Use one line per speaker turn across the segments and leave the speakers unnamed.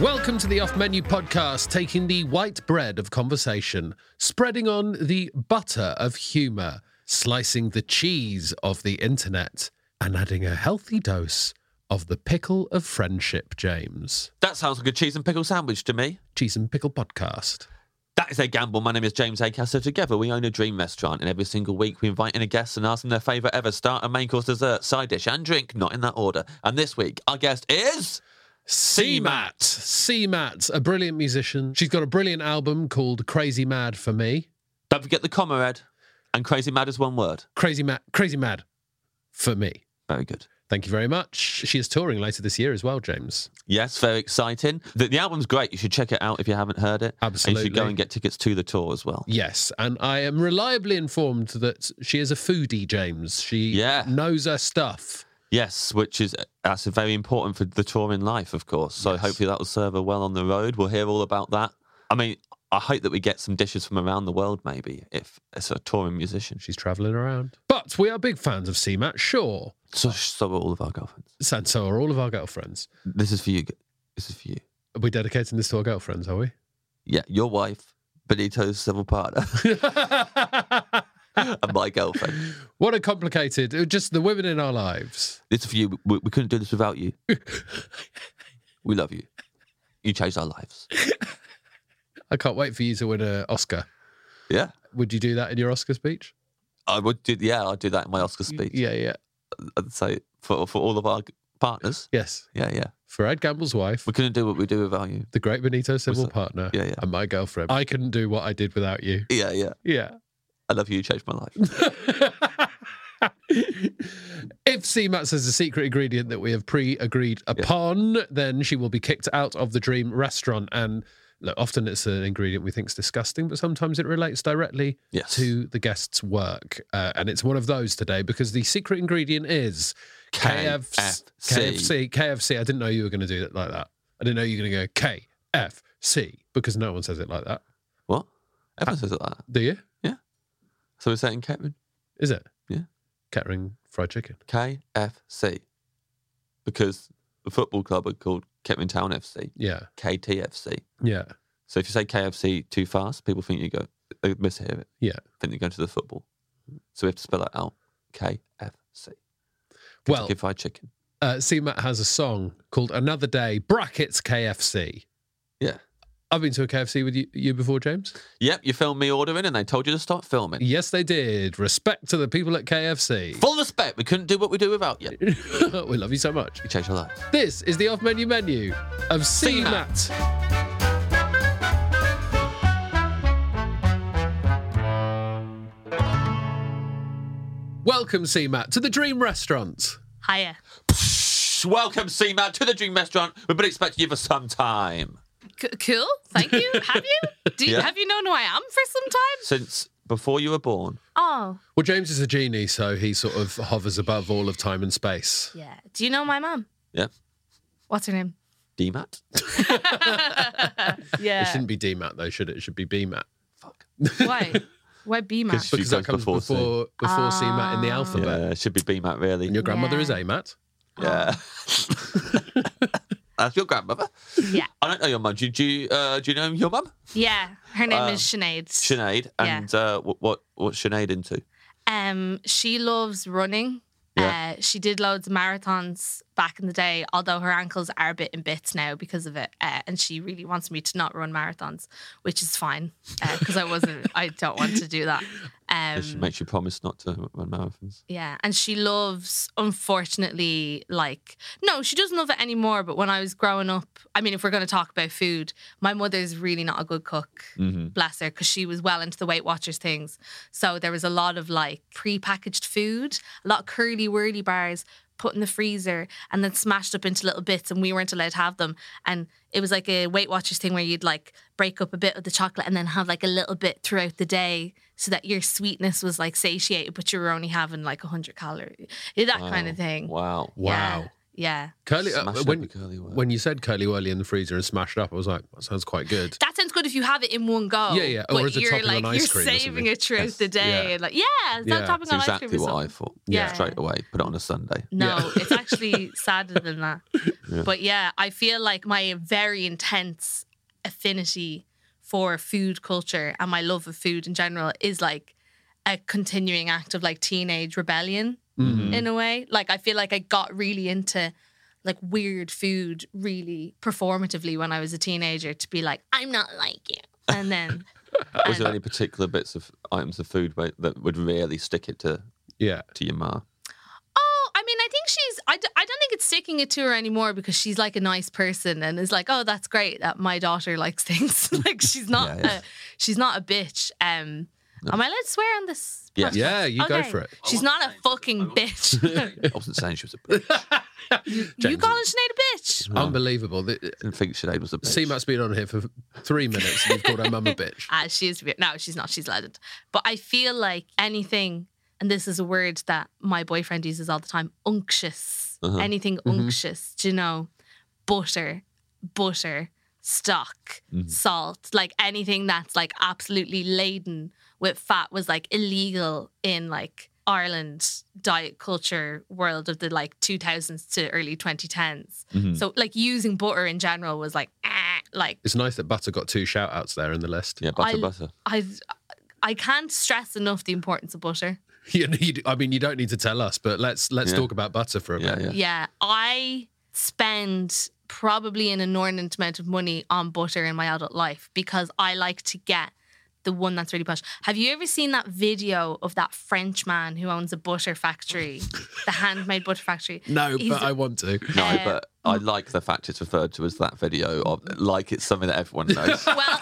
Welcome to the Off Menu Podcast, taking the white bread of conversation, spreading on the butter of humour, slicing the cheese of the internet, and adding a healthy dose of the pickle of friendship, James.
That sounds like a cheese and pickle sandwich to me.
Cheese and Pickle Podcast.
That is a gamble. My name is James Acaster. Together, we own a dream restaurant, and every single week we invite in a guest and ask them their favourite ever start, a main course, dessert, side dish, and drink, not in that order. And this week, our guest is.
CMAT. CMAT, a brilliant musician. She's got a brilliant album called Crazy Mad for Me.
Don't forget the comma, Ed. And crazy mad is one word.
Crazy Mad, Crazy Mad for Me.
Very good.
Thank you very much. She is touring later this year as well, James.
Yes, very exciting. The, the album's great. You should check it out if you haven't heard it. And you should
Absolutely.
go and get tickets to the tour as well.
Yes, and I am reliably informed that she is a foodie, James. She
Yeah.
knows her stuff.
Yes, which is that's very important for the touring life, of course. So hopefully that will serve her well on the road. We'll hear all about that. I mean, I hope that we get some dishes from around the world, maybe, if it's a touring musician.
She's travelling around. But we are big fans of CMAT, sure.
So, so are all of our girlfriends.
And so are all of our girlfriends.
This is for you. g- This is for you.
Are we dedicating this to our girlfriends, are we?
Yeah, your wife, Benito's civil partner, and my girlfriend.
what a complicated, just the women in our lives.
This is for you. We, we couldn't do this without you. We love you. You changed our lives.
I can't wait for you to win an Oscar.
Yeah.
Would you do that in your Oscar speech?
I would do, yeah, I'd do that in my Oscar speech.
Yeah, yeah.
I'd say for, for all of our g- partners.
Yes.
Yeah, yeah.
For Ed Gamble's wife,
We couldn't do what we do without you.
the great Benito civil
that?
partner,
Yeah, yeah.
and my girlfriend. I couldn't do what I did without you.
Yeah, yeah.
Yeah.
I love you. You changed my life.
if CMAT says a secret ingredient that we have pre agreed upon, then she will be kicked out of the dream restaurant. And look, often it's an ingredient we think is disgusting, but sometimes it relates directly
Yes.
to the guest's work. Uh, and it's one of those today because the secret ingredient is KFC.
KFC.
KFC. KFC. I didn't know you were going to do it like that. I didn't know you were going to go KFC because no one says it like that.
What? Everyone says it like that.
Do you?
So we're saying Catherine?
Is it?
Yeah.
Kettering fried chicken.
KFC. Because the football club are called Ketman Town FC,
Yeah.
KTFC.
Yeah.
So if you say KFC too fast, people think you go, they mishear it.
Yeah.
Think you're going to the football. So we have to spell that out. KFC.
Well,
Kentucky Fried Chicken.
uh, CMAT has a song called Another Day, brackets KFC.
Yeah.
I've been to a KFC with you, you before, James.
Yep, you filmed me ordering and they told you to start filming.
Yes, they did. Respect to the people at KFC.
Full respect. We couldn't do what we do without you. You
we love you so much.
changed our lives.
This is the off menu menu of CMAT. Welcome, CMAT, to the Dream Restaurant.
Hiya.
Yes, welcome, Seaman, to the Dream Restaurant. We've been expecting you for some time.
C- cool. Thank you. Have you? Do you
Yeah.
Have you known who I am for some time?
Since before you were born.
Oh,
Well, James is a genie, so he sort of hovers above all of time and space.
yeah. Do you know my mum?
Yeah.
What's her name?
DMAT?
It
Yeah. Ah.
shouldn't be DMAT though, should it? It should be BMAT.
Why? Why B man?
'Cause She
Because
goes
that comes
before
before
C.
before, C mat in the alphabet.
Yeah, Uh, it should be BMAT, really.
And your grandmother
Ah. Yeah.
is A mat.
Yeah. That's your grandmother.
Yeah.
I don't know your mum. Do, you- do, you, uh, do you know your mum?
Yeah. Her name
Um,
is Sinead.
Sinead.
Yeah.
And uh, what, what what's Sinead into?
Um, she loves running.
Yeah.
Uh, she did loads of marathons back in the day, although her ankles are a bit in bits now because of it. Uh, and she really wants me to not run marathons, which is fine because I wasn't. I don't want to do that. Um,
she makes you promise not to run marathons.
yeah, and she loves, unfortunately, like, no, she doesn't love it anymore. But when I was growing up, I mean, if we're going to talk about food, my mother's really not a good cook,
Mm-hmm.
bless her, because she was well into the Weight Watchers things. So there was a lot of like prepackaged food, a lot of curly whirly bars put in the freezer and then smashed up into little bits, and we weren't allowed to have them. And it was like a Weight Watchers thing where you'd like break up a bit of the chocolate and then have like a little bit throughout the day so that your sweetness was like satiated, but you were only having like 100 calories, that kind of thing.
Oh, Wow.
Yeah.
Wow.
Yeah.
Curly, uh,
Smash up
when,
a curly whirl.
when you said curly whirly in the freezer and smashed up, I was like, that sounds quite good.
That sounds good if you have it in one go.
Yeah, yeah, or
but
as a
you're
topping on
like
ice
you're
cream or
saving
something.
it throughout
Yes.
the day.
Yeah.
like, yeah, is that
Yeah.
topping
That's
on ice cream.
exactly
or
what I
something?
thought.
Yeah.
Straight away. Put it on a Sunday.
No,
Yeah.
it's actually sadder than that. But yeah, I feel like my very intense affinity for food culture and my love of food in general is like a continuing act of like teenage rebellion
Mm-hmm.
Mm-hmm.
Mm.
in a way. Like I feel like I got really into like weird food really performatively when I was a teenager to be like, I'm not like you. And then
Was there
and-
any particular bits of items of food where, that would really stick it to,
Yeah.
to your ma?
Oh, I mean, I think she's. I, d- I don't think it's sticking it to her anymore because she's like a nice person and is like, oh, that's great that my daughter likes things. like she's not.
Yeah, yeah.
A, she's not a bitch. Um, am I allowed to swear on this?
Yeah.
podcast?
Yeah, you go
Okay.
for it.
She's not a fucking bitch.
I wasn't saying she was a bitch.
you calling Sinead a bitch?
Unbelievable. The, uh,
didn't think Sinead was a bitch.
CMAT's been on here for three minutes and you've called her mum a bitch.
Uh, she is. weird. No, she's not. She's legend. But I feel like anything, and this is a word that my boyfriend uses all the time unctuous. Anything unctuous, do you know? Butter, butter, stock, salt, like anything that's like absolutely laden with fat was like illegal in like Ireland diet culture world of the like 2000s to early 2010s. So like using butter in general was like, ah, like
It's nice that Butter got two shout outs there in the list.
Yeah, butter,
I-
butter.
I I can't stress enough the importance of butter.
You need, I mean, you don't need to tell us, but let's let's
Yeah.
talk about Butter for a
Yeah,
minute.
yeah.
Yeah. I spend probably an inordinate amount of money on butter in my adult life because I like to get the one that's really posh. Have you ever seen that video of that French man who owns a butter factory, the handmade butter factory?
No,
He's-
but I want to.
No,
Uh,
but I like the fact it's referred to as that video, of, like it's something that everyone knows.
Well,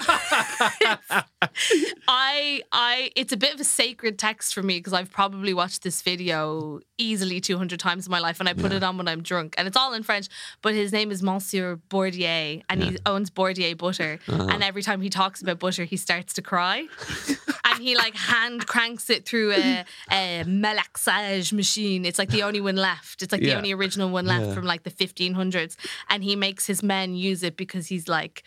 I, I, it's a bit of a sacred text for me because I've probably watched this video easily 200 times in my life, and I put it on when I'm drunk, and it's all in French. But his name is Monsieur Bourdier, and he owns Bourdier Butter,
Uh-huh.
and every time he talks about butter, he starts to cry, and he like hand cranks it through a, a malaxage machine. It's like the only one left. It's like the
Yeah.
only original one left from like the 1500s, and he makes his men use it because he's like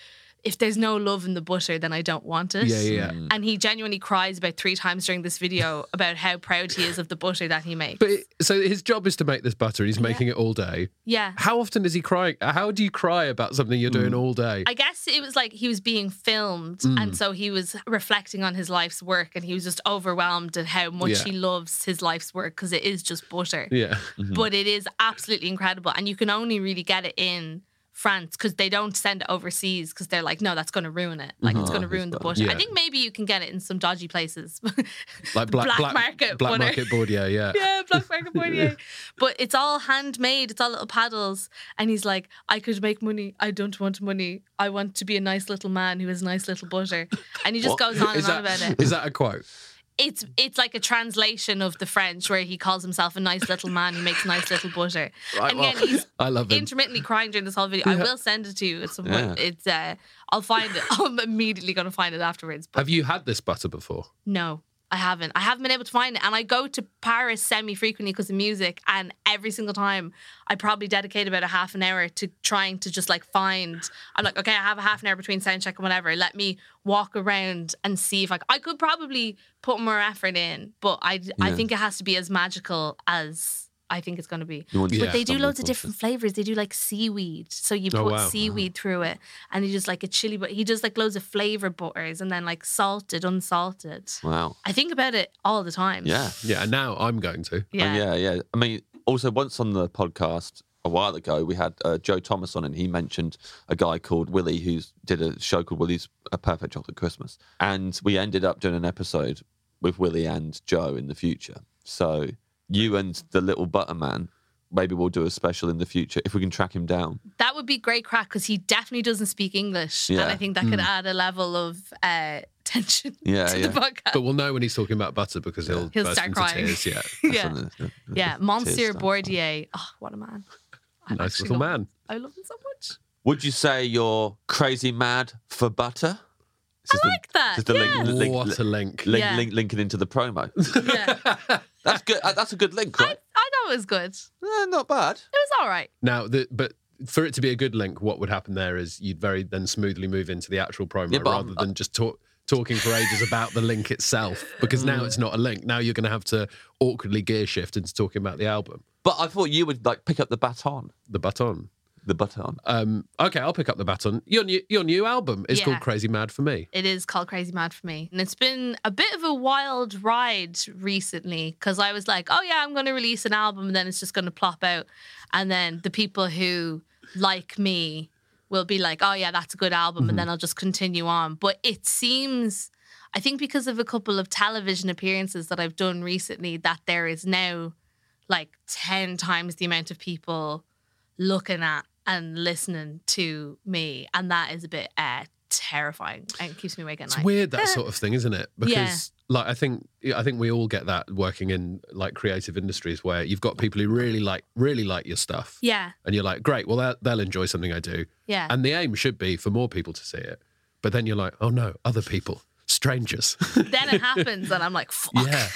if there's no love in the butter, then I don't want it.
Yeah, yeah. yeah.
And he genuinely cries about three times during this video about how proud he is of the butter that he makes.
But it, so his job is to make this butter. He's making it all day.
yeah.
How often is he crying? How do you cry about something you're doing all day?
I guess it was like he was being filmed,
Mm.
and so he was reflecting on his life's work, and he was just overwhelmed at how much
Yeah.
he loves his life's work because it is just butter.
yeah. Mm-hmm.
But it is absolutely incredible, and you can only really get it in France because they don't send it overseas because they're like, no, that's going to ruin it. Like it's going to ruin the butter. I
Uh-huh. Yeah.
think maybe you can get it in some dodgy places.
Like black,
black market
black
butter.
market board. Yeah, yeah.
yeah, Black Market Poirier. But it's all handmade. It's all little paddles. And he's like, I could make money. I don't want money. I want to be a nice little man who has nice little butter. And he just
What?
goes on and
Is
on
that,
about it.
is that a quote?
it's it's like a translation of the French where he calls himself a nice little man who makes nice little butter. and
well,
again, he's
I love him.
intermittently crying during this whole video. I will send it to you at some point.
Yeah.
It's uh, I'll find it. I'm immediately going to find it afterwards. But
Have you had this butter before?
no, I haven't. I haven't been able to find it. And I go to Paris semi frequently because of music. And every single time, I probably dedicate about a half an hour to trying to just like find. I'm like, okay, I have a half an hour between sound check and whatever. Let me walk around and see if I. I could probably put more effort in, but I I
Yeah.
think it has to be as magical as. I think it's going to be.
You want to
But
Yeah.
they do
stumble
loads of
across
different flavors. They do like seaweed. So you put
Oh, wow.
seaweed through it and you just like a chili, but he does like loads of flavor butters and then like salted, unsalted.
Wow.
I think about it all the time.
Yeah. Oh,
Yeah, and now I'm going to.
Yeah.
Yeah.
yeah, yeah. I mean, also once on the podcast a while ago, we had uh, Joe Thomas on, and he mentioned a guy called Willie who's did a show called Willie's A Perfect Chocolate Christmas, and we ended up doing an episode with Willie and Joe in the future. So you and the little butter man, maybe we'll do a special in the future if we can track him down.
That would be great crack because he definitely doesn't speak English.
Yeah.
And I think that could add a level of uh, tension
Yeah,
to
yeah.
the podcast.
But we'll know when he's talking about butter because he'll,
He'll
burst
start
into
crying.
tears. Yeah,
yeah.
Something that-
Yeah.
tears
Monsieur
start.
Bourdieu. Oh, what a man. I
nice
actually
little
love-
man.
I love him so much.
Would you say you're crazy mad for butter? This is
I like that.
this is the link-
yeah.
link-
What a link!
Link,
Yeah.
link, linking into the promo.
yeah.
That's good. uh, That's a good link,
I, I
right?
thought it was good. It
Eh, not bad.
was all right.
Now, the, but for it to be a good link, what would happen there is you'd very then smoothly move into the actual promo
Yeah, but
rather
I'm-
than just talk, talking for ages about the link itself because now
Mm.
it's not a link. Now you're going to have to awkwardly gear shift into talking about the album,
But I thought you would like pick up the baton.
the baton.
The baton.
Um, okay, I'll pick up the baton. Your new, your new album is
Yeah.
called Crazy Mad for Me.
It is called Crazy Mad for me. And it's been a bit of a wild ride recently because I was like, oh, yeah, I'm going to release an album and then it's just going to plop out. And then the people who like me will be like, oh, yeah, that's a good album.
Mm-hmm.
And then I'll just continue on. But it seems, I think because of a couple of television appearances that I've done recently, that there is now like 10 times the amount of people looking at and listening to me. And that is a bit uh, terrifying and keeps me awake at
It's
night.
weird that sort of thing, isn't it? Because
Yeah.
like I think I think we all get that working in like creative industries where you've got people who really like really like your stuff,
Yeah,
and you're like, great, well they'll, they'll enjoy something I do,
yeah.
and the aim should be for more people to see it, but then you're like, oh no, other people, strangers,
then it happens, and I'm like, fuck.
yeah.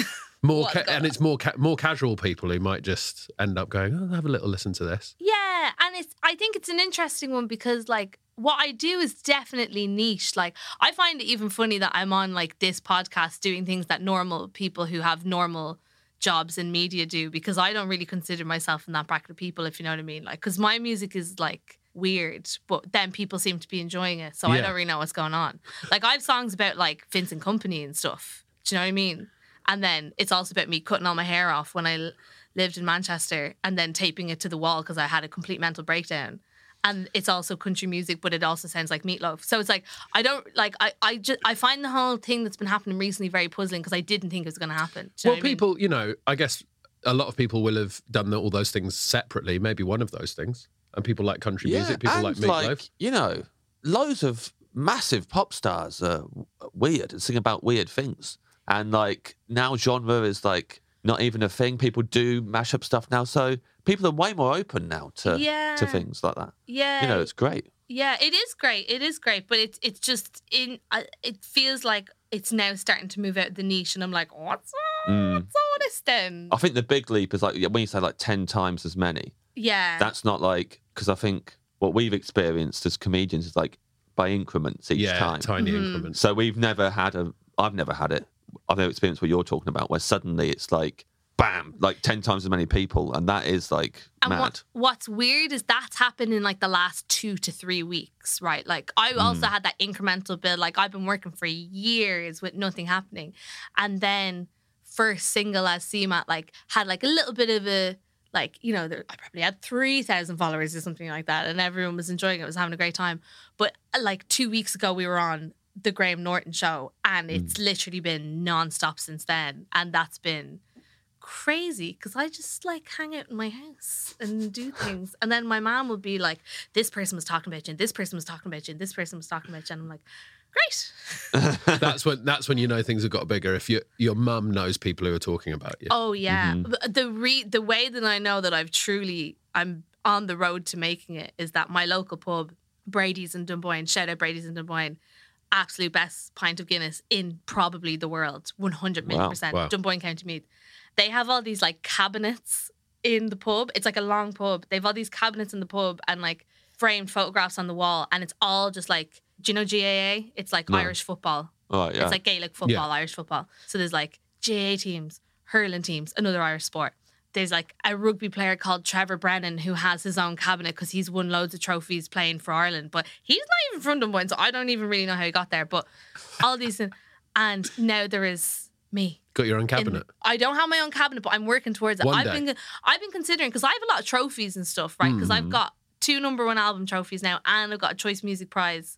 More
What's
ca-
going
and it's more ca- more casual people who might just end up going, oh, have a little listen to this.
Yeah, and it's I think it's an interesting one because like what I do is definitely niche. Like I find it even funny that I'm on like this podcast doing things that normal people who have normal jobs in media do because I don't really consider myself in that bracket of people if you know what I mean. Like cuz my music is like weird, but then people seem to be enjoying it. So I
Yeah.
don't really know what's going on. Like I have songs about like Vince and Company and stuff. Do you know what I mean? And then it's also about me cutting all my hair off when I l- lived in Manchester and then taping it to the wall because I had a complete mental breakdown. And it's also country music, but it also sounds like meatloaf. So it's like I don't like I I just I find the whole thing that's been happening recently very puzzling because I didn't think it was going to happen. Do you know
Well,
what I mean?
people, you know, I guess a lot of people will have done all those things separately. Maybe one of those things. And people like country music. People
and
like meatloaf.
you know, loads of massive pop stars are w- weird and sing about weird things. And like now, genre is like not even a thing. People do mash up stuff now, so people are way more open now to
Yeah.
to things like that.
yeah,
You know, it's great.
Yeah, it is great. It is great, but it's it's just in. I it feels like it's now starting to move out the niche, and I'm like, what's all,
Mm.
what's all this then?
I think the big leap is like when you say like ten times as many.
yeah,
that's not like because I think what we've experienced as comedians is like by increments each
yeah,
time.
tiny
Mhm.
increments.
So we've never had a. I've never had it. I've never experienced what you're talking about, where suddenly it's like bam, like ten times as many people, and that is like
And
mad.
what what's weird is that's happened in like the last two to three weeks, right? Like I also
Mm.
had that incremental build. Like I've been working for years with nothing happening, and then first single as CMAT like had like a little bit of a like you know there, I probably had three thousand followers or something like that, and everyone was enjoying it, was having a great time. But uh, like two weeks ago, we were on the
Mm.
Graham Norton show, and it's literally been nonstop since then, and that's been crazy because I just like hang out in my house and do things. And then my mom would be like, this person was talking about you, and this person was talking about you, and this person was talking about you. And I'm like, great.
That's when that's when you know things have got bigger. If your your mum knows people who are talking about you,
Oh yeah.
Mm-hmm.
But The re- the way that I know that I've truly I'm on the road to making it is that my local pub, Brady's in Dunboyne, shout out Brady's in Dunboyne, absolute best pint of Guinness in probably the world, one hundred million percent.
Wow.
Dunboyne County Meath. They have all these like cabinets in the pub. It's like a long pub. They've all these cabinets in the pub and like framed photographs on the wall, and it's all just like do you know GAA? It's like Irish football.
All right, yeah.
It's like Gaelic football, Irish football. So there's like GA teams, hurling teams, another Irish sport. There's like a rugby player called Trevor Brennan who has his own cabinet because he's won loads of trophies playing for Ireland, but he's not even from Dunboyne, so I don't even really know how he got there. But all these, things. and now there is me.
got your own
in-
cabinet.
I don't have my own cabinet, but I'm working towards it.
One
I've
day.
been I've been considering because I have a lot of trophies and stuff, right? Because
Mm.
I've got two number one album trophies now, and I've got a Choice Music Prize.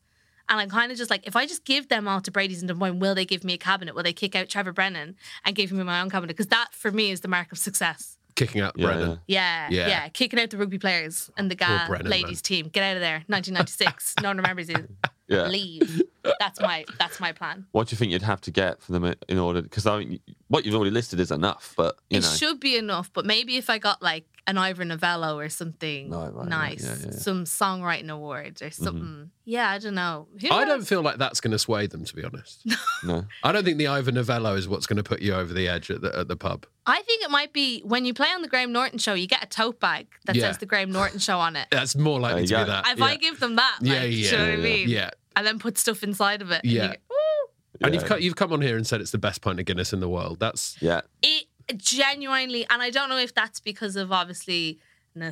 And I'm kind of just like, if I just give them all to Brady's and Dunboyne, will they give me a cabinet? Will they kick out Trevor Brennan and give me my own cabinet? Because that, for me, is the mark of success.
Kicking out
Yeah,
Brennan.
yeah.
Yeah,
Yeah.
yeah, Kicking out the rugby players and the guy
Brennan,
ladies team. Get out of there. 1996. no one remembers you.
Yeah.
Leave. That's my that's my plan.
What do you think you'd have to get for them in order? Because I mean, what you've already listed is enough, but you
it
know,
should be enough, but maybe if I got like an Ivor Novello or something
Right, right, right.
nice,
Yeah, Mm-hmm. yeah, yeah.
some songwriting award or something. Yeah, I don't know. Who
I don't
knows?
feel like that's going to sway them, to be honest.
no.
I don't think the Ivan Novello is what's going to put you over the edge at the, at the pub.
I think it might be when you play on the Graham Norton show, you get a tote bag that
Yeah.
says the Graham Norton show on it.
That's more likely
Uh,
to
yeah.
be that.
If I give them that, like,
Yeah,
do you
yeah,
know what I
yeah, yeah.
mean?
yeah.
And then put stuff inside of it. and you
Yeah.
go, "Ooh."
And you've
Yeah.
come, you've come on here and said it's the best pint of Guinness in the world. That's
Yeah.
it genuinely and i don't know if that's because of obviously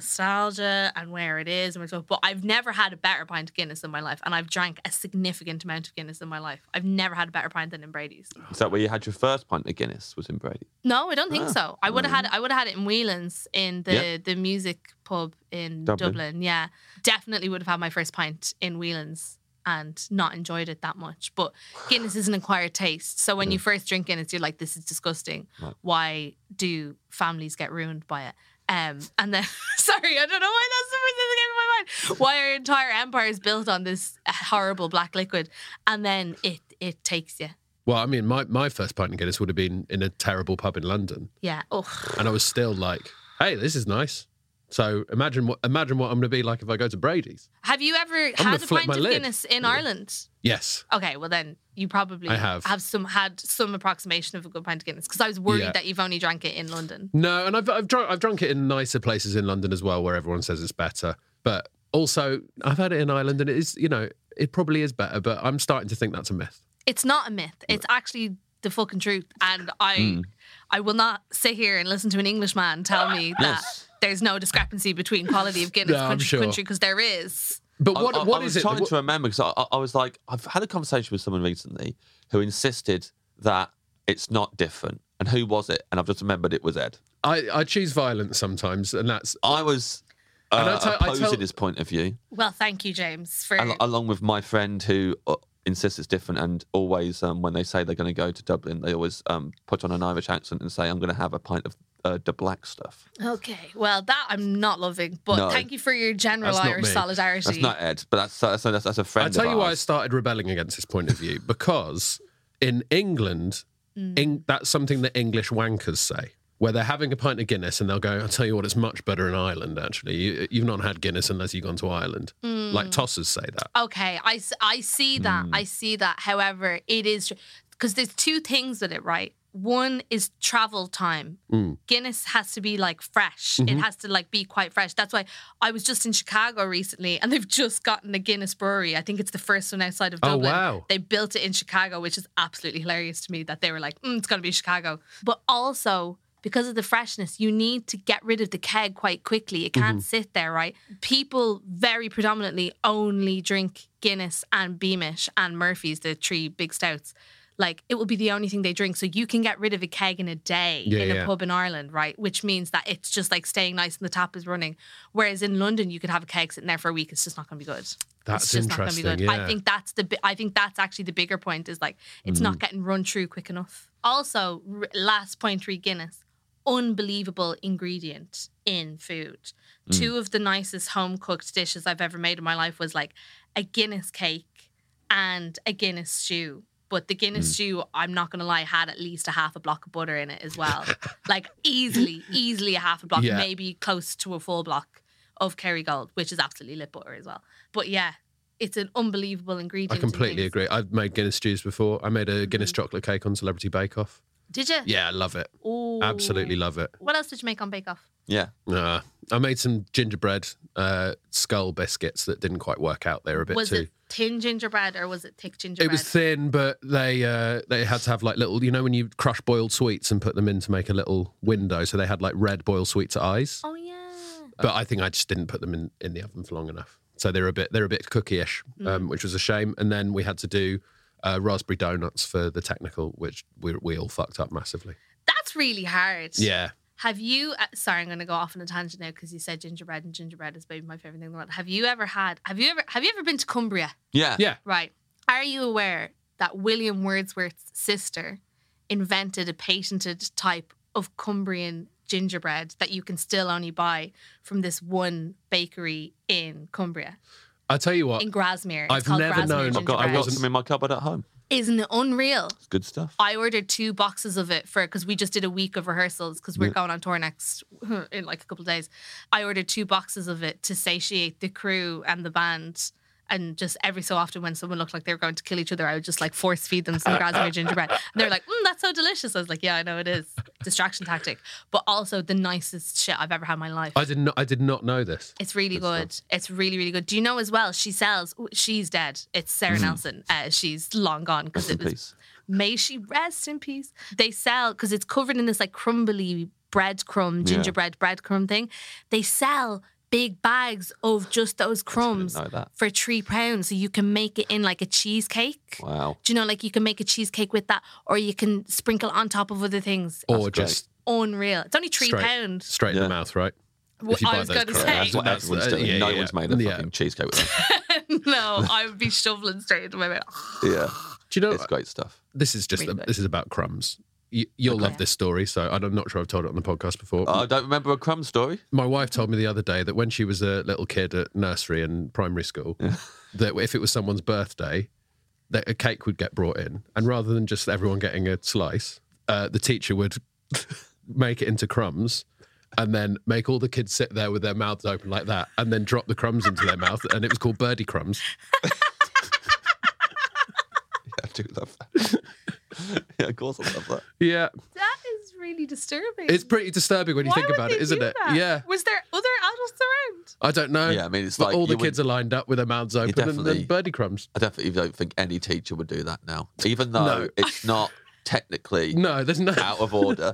nostalgia and where it is and we're talking, but i've never had a better pint of guinness in my life and i've drank a significant amount of guinness in my life i've never had a better pint than in brady's
Is that where you had your first pint of Guinness? Was in Brady?
no i don't think
Ah,
so i would have had i would have had it in whelan's in the
Yeah.
the music pub in
Dublin.
dublin. yeah definitely would have had my first pint in whelan's and not enjoyed it that much but guinness is an acquired taste so when you first drink guinness you're like this is disgusting why do families get ruined by it? Um, and then, sorry, I don't know why that's the first thing that came to my mind. Why our entire empire is built on this uh, horrible black liquid, and then it it takes you.
well, I mean, my, my first pint of Guinness would have been in a terrible pub in London,
Yeah. Oh,
and I was still like, "Hey, this is nice." So imagine what imagine what I'm going to be like if I go to Brady's.
have you ever
gonna
had a
flip
pint
my
of
lid.
Guinness in Ireland?
Yes,
Okay, well then you probably
I have.
some had some approximation of a good pint of Guinness because I was worried
Yeah.
that you've only drank it in London.
no, and I've I've drunk I've drunk it in nicer places in London as well, where everyone says it's better. But also, I've had it in Ireland, and it is you know it probably is better, but I'm starting to think that's a myth.
It's not a myth. It's actually the fucking truth. And I
Hmm.
I will not sit here and listen to an Englishman tell me that
Yes.
there's no discrepancy between quality of Guinness
No, I'm
country
sure.
to country because there is.
But what
I, I,
what
I
is
was
it? that-
trying
what-
to remember because I, I, I was like, I've had a conversation with someone recently who insisted that it's not different. And who was it? And I've just remembered it was Ed.
I, I choose violence sometimes, and that's
I was
And I
uh,
tell- I
opposing
tell-
his point of view,
Well, thank you, James, for
al- along with my friend who uh, insists it's different. And always, um, when they say they're going to go to Dublin, they always um, put on an Irish accent and say, "I'm going to have a pint of uh, the black stuff."
Okay. Well, that I'm not loving, but
No.
thank you for your general
That's not
Irish
me.
solidarity.
That's not Ed, but that's that's, that's, that's a friend.
I tell
of
you why I
ours.
started rebelling against this point of view because in England,
Mm.
Eng- that's something that English wankers say, where they're having a pint of Guinness and they'll go, "I'll tell you what, it's much better in Ireland. Actually, you, you've not had Guinness unless you've gone to Ireland."
Mm.
Like tossers say that.
Okay, I, s- I see that. I see that. However, it is because there's two things with it, right? One is travel time. Guinness has to be like fresh.
Mm-hmm.
It has to like be quite fresh. That's why I was just in Chicago recently and they've just gotten a Guinness brewery. I think it's the first one outside of
Oh,
Dublin.
wow.
They built it in Chicago, which is absolutely hilarious to me that they were like, mm, it's going to be Chicago. But also, because of the freshness, you need to get rid of the keg quite quickly. It can't
Mm-hmm.
sit there, right? People very predominantly only drink Guinness and Beamish and Murphy's, the three big stouts. Like it will be the only thing they drink. So you can get rid of a keg in a day
Yeah,
in a
yeah.
pub in Ireland, right? Which means that it's just like staying nice and the tap is running. Whereas in London, you could have a keg sitting there for a week. It's just not going to be good.
That's
it's just not going to be good.
interesting. Yeah.
I think that's the. bi- I think that's actually the bigger
Mm.
point is like it's not getting run through quick enough. Also, r- last point three Guinness unbelievable ingredient in food.
Mm.
Two of the nicest home cooked dishes I've ever made in my life was like a Guinness cake and a Guinness stew. But the
Mm.
Guinness stew, I'm not gonna lie, had at least a half a block of butter in it as well. like easily, easily a half a block,
Yeah.
maybe close to a full block of Kerrygold, which is absolutely lip butter as well. But yeah, it's an unbelievable ingredient.
I
in
completely
things.
agree. I've made Guinness stews before. I made a Guinness
Mm.
chocolate cake on Celebrity Bake Off.
Did you?
Yeah, I love it.
Ooh.
Absolutely love it.
What else did you make on Bake Off?
Yeah.
Uh, I made some gingerbread uh, skull biscuits that didn't quite work out. They were a bit
was
too.
it thin gingerbread or was it thick gingerbread?
It was thin, but they uh, they had to have like little, you know, when you crush boiled sweets and put them in to make a little window. So they had like red boiled sweets eyes,
Oh yeah.
but I think I just didn't put them in, in the oven for long enough. So they're a bit they're a bit cookie-ish,
Mm.
um, which was a shame. And then we had to do uh, raspberry donuts for the technical, which we we all fucked up massively.
That's really hard.
Yeah,
Have you? uh, Sorry, I'm going to go off on a tangent now because you said gingerbread and gingerbread is maybe my favorite thing in the world. Have you ever had? Have you ever? Have you ever been to Cumbria?
Yeah.
yeah.
Right. Are you aware that William Wordsworth's sister invented a patented type of Cumbrian gingerbread that you can still only buy from this one bakery in Cumbria,
I tell you what,
in Grasmere? It's
I've
called
never
Grasmere
known-
I've got, I've
gingerbread.
got some in my cupboard at home.
Isn't it unreal?
It's good stuff.
I ordered two boxes of it for because we just did a week of rehearsals because we're going on tour next in like a couple of days. I ordered two boxes of it to satiate the crew and the band. And just every so often, when someone looked like they were going to kill each other, I would just like force feed them some Grasmere gingerbread. And they were like, mm, that's so delicious. I was like, yeah, I know it is. Distraction tactic. But also the nicest shit I've ever had in my life.
I did not I did not know this.
It's really good. It's really, really good. Do you know as well? She sells. She's dead. It's Sarah Nelson. Uh, she's long gone because
Mm-hmm. Rest in
it was.
peace.
May she rest in peace. They sell because it's covered in this like crumbly breadcrumb, gingerbread breadcrumb thing. They sell big bags of just those crumbs
know that.
for three pounds, so you can make it in like a cheesecake.
Wow.
Do you know, like you can make a cheesecake with that, or you can sprinkle on top of other things.
Or just
Unreal. It's only three
Oh. straight,
pounds.
straight in
Yeah.
the mouth, right?
Well,
If you
I
buy
was
those
gonna
correct.
say-
That's what
That's-
everyone's
uh,
doing.
yeah,
no
yeah.
one's made a
Yeah.
fucking cheesecake with
no, I would be shoveling straight into my mouth.
them. yeah.
Do you know uh,
It's great stuff.
this is just
Really
a-
good.
this is about crumbs. You, you'll love this story, so I'm not sure I've told it on the podcast before.
I Oh, don't remember a crumb story.
My wife told me the other day that when she was a little kid at nursery and primary school, that if it was someone's birthday, that a cake would get brought in, and rather than just everyone getting a slice, uh, the teacher would make it into crumbs. And then make all the kids sit there with their mouths open like that, and then drop the crumbs into their mouth, and it was called birdie crumbs.
I do love that. yeah, of course I love that.
Yeah,
That is really disturbing.
it's pretty disturbing when you
Why
think
would
about
they
it, isn't
do
it?
that?
Yeah,
Was there other adults around?
I don't know.
Yeah, I mean, it's
But
like
all the
you
kids are lined up with their mouths open and
definitely-
then birdie crumbs.
I definitely don't think any teacher would do that now, even though it's not technically
No, there's no.
out of order.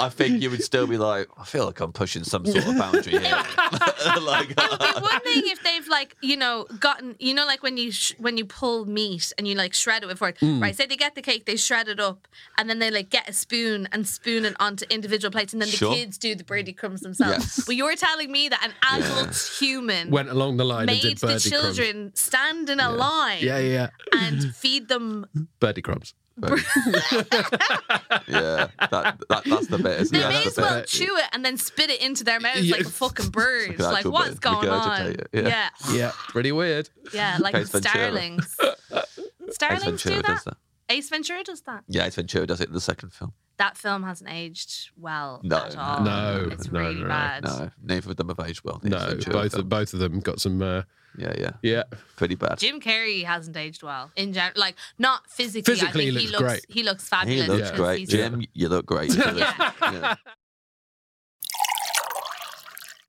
I think you would still be like, I feel like I'm pushing some sort of boundary here. like,
It'd be one thing if they've like you know gotten you know like when you sh- when you pull meat and you like shred it with fork
Mm.
right say they get the cake they shred it up and then they like get a spoon and spoon it onto individual plates and then the
Sure.
kids do the birdie crumbs themselves
Yes.
but you're telling me that an adult human
Went along the line
made
and did
the
birdie crumbs.
children stand in a line
Yeah, yeah, yeah.
and feed them
Birdie crumbs.
yeah, that, that, that's the bit, isn't
they
it?
may
That's
as
the
well
bit.
chew it and then spit it into their mouths like a
Yeah.
fucking bird
Like
like
a
what's
bird.
going on
Regurgitate it,
yeah
yeah.
Yeah, pretty weird.
yeah like
Ace Ventura.
starlings
Ace
starlings do
Ventura
that
does that.
Ace Ventura does that.
Yeah, Ace Ventura does it in the second film.
That film hasn't aged well
No.
at all.
No,
it's
no,
really
no, no,
bad.
No, neither of them have aged well. the Ace
No,
Ventura
both
film.
of, both of them got some. Uh,
Yeah, yeah,
yeah,
pretty bad.
Jim Carrey hasn't aged well in general. Like not physically. I
Physically,
think
he
he
looks
looks
great.
He looks
He
fabulous.
looks
in
great.
this season.
Jim, you look great. to this.
Yeah.
Yeah.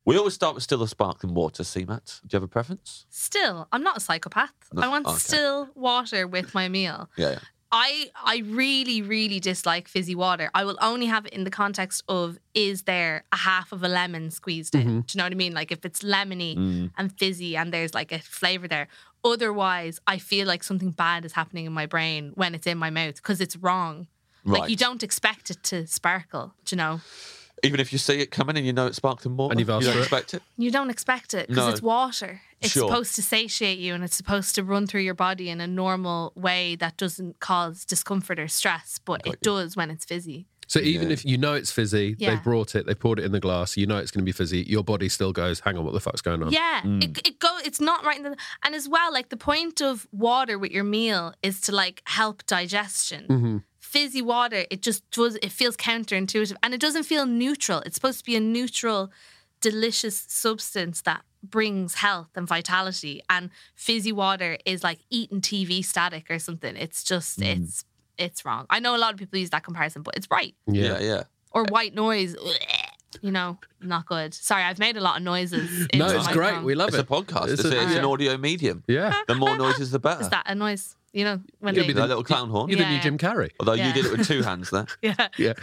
We always start with still or sparkling water, see, Matt. Do you have a preference?
Still, I'm not a psychopath.
No,
I want
okay.
still water with my meal.
Yeah, yeah.
I I really really dislike fizzy water. I will only have it in the context of is there a half of a lemon squeezed in?
Mm-hmm.
Do you know what I mean? Like if it's lemony
Mm.
and fizzy and there's like a flavor there. Otherwise, I feel like something bad is happening in my brain when it's in my mouth because it's wrong. Like
Right.
you don't expect it to sparkle. Do you know?
Even if you see it coming and you know it's sparkling water,
And you've asked
you don't
for it.
expect it.
You don't expect it because
No.
it's water. It's
Sure.
supposed to satiate you and it's supposed to run through your body in a normal way that doesn't cause discomfort or stress, but it does when it's fizzy.
So even
Yeah.
if you know it's fizzy,
Yeah.
they've brought it, they poured it in the glass, you know it's going to be fizzy, your body still goes, hang on, what the fuck's going on?
Yeah, it, it go. It's not right in the and as well. Like the point of water with your meal is to like help digestion.
Mm-hmm.
Fizzy water, it just does. It feels counterintuitive, and it doesn't feel neutral. It's supposed to be a neutral, delicious substance that brings health and vitality. And fizzy water is like eating TV static or something. It's just
Mm-hmm.
it's it's wrong. I know a lot of people use that comparison, but it's right.
Yeah, yeah.
Uh,
Or white noise. You know, not good. Sorry, I've made a lot of noises.
No,
into
it's
my
great.
phone.
We love
It's
it.
a podcast. It's,
It's a-
a- it's an
yeah.
audio medium.
Yeah.
The more noises, the better.
Is that a noise? You know, when
Could
they,
be
That
the-
little clown horn.
You're the new
Yeah.
Jim Carrey.
Although
Yeah.
you did it with two hands there.
yeah,
Yeah.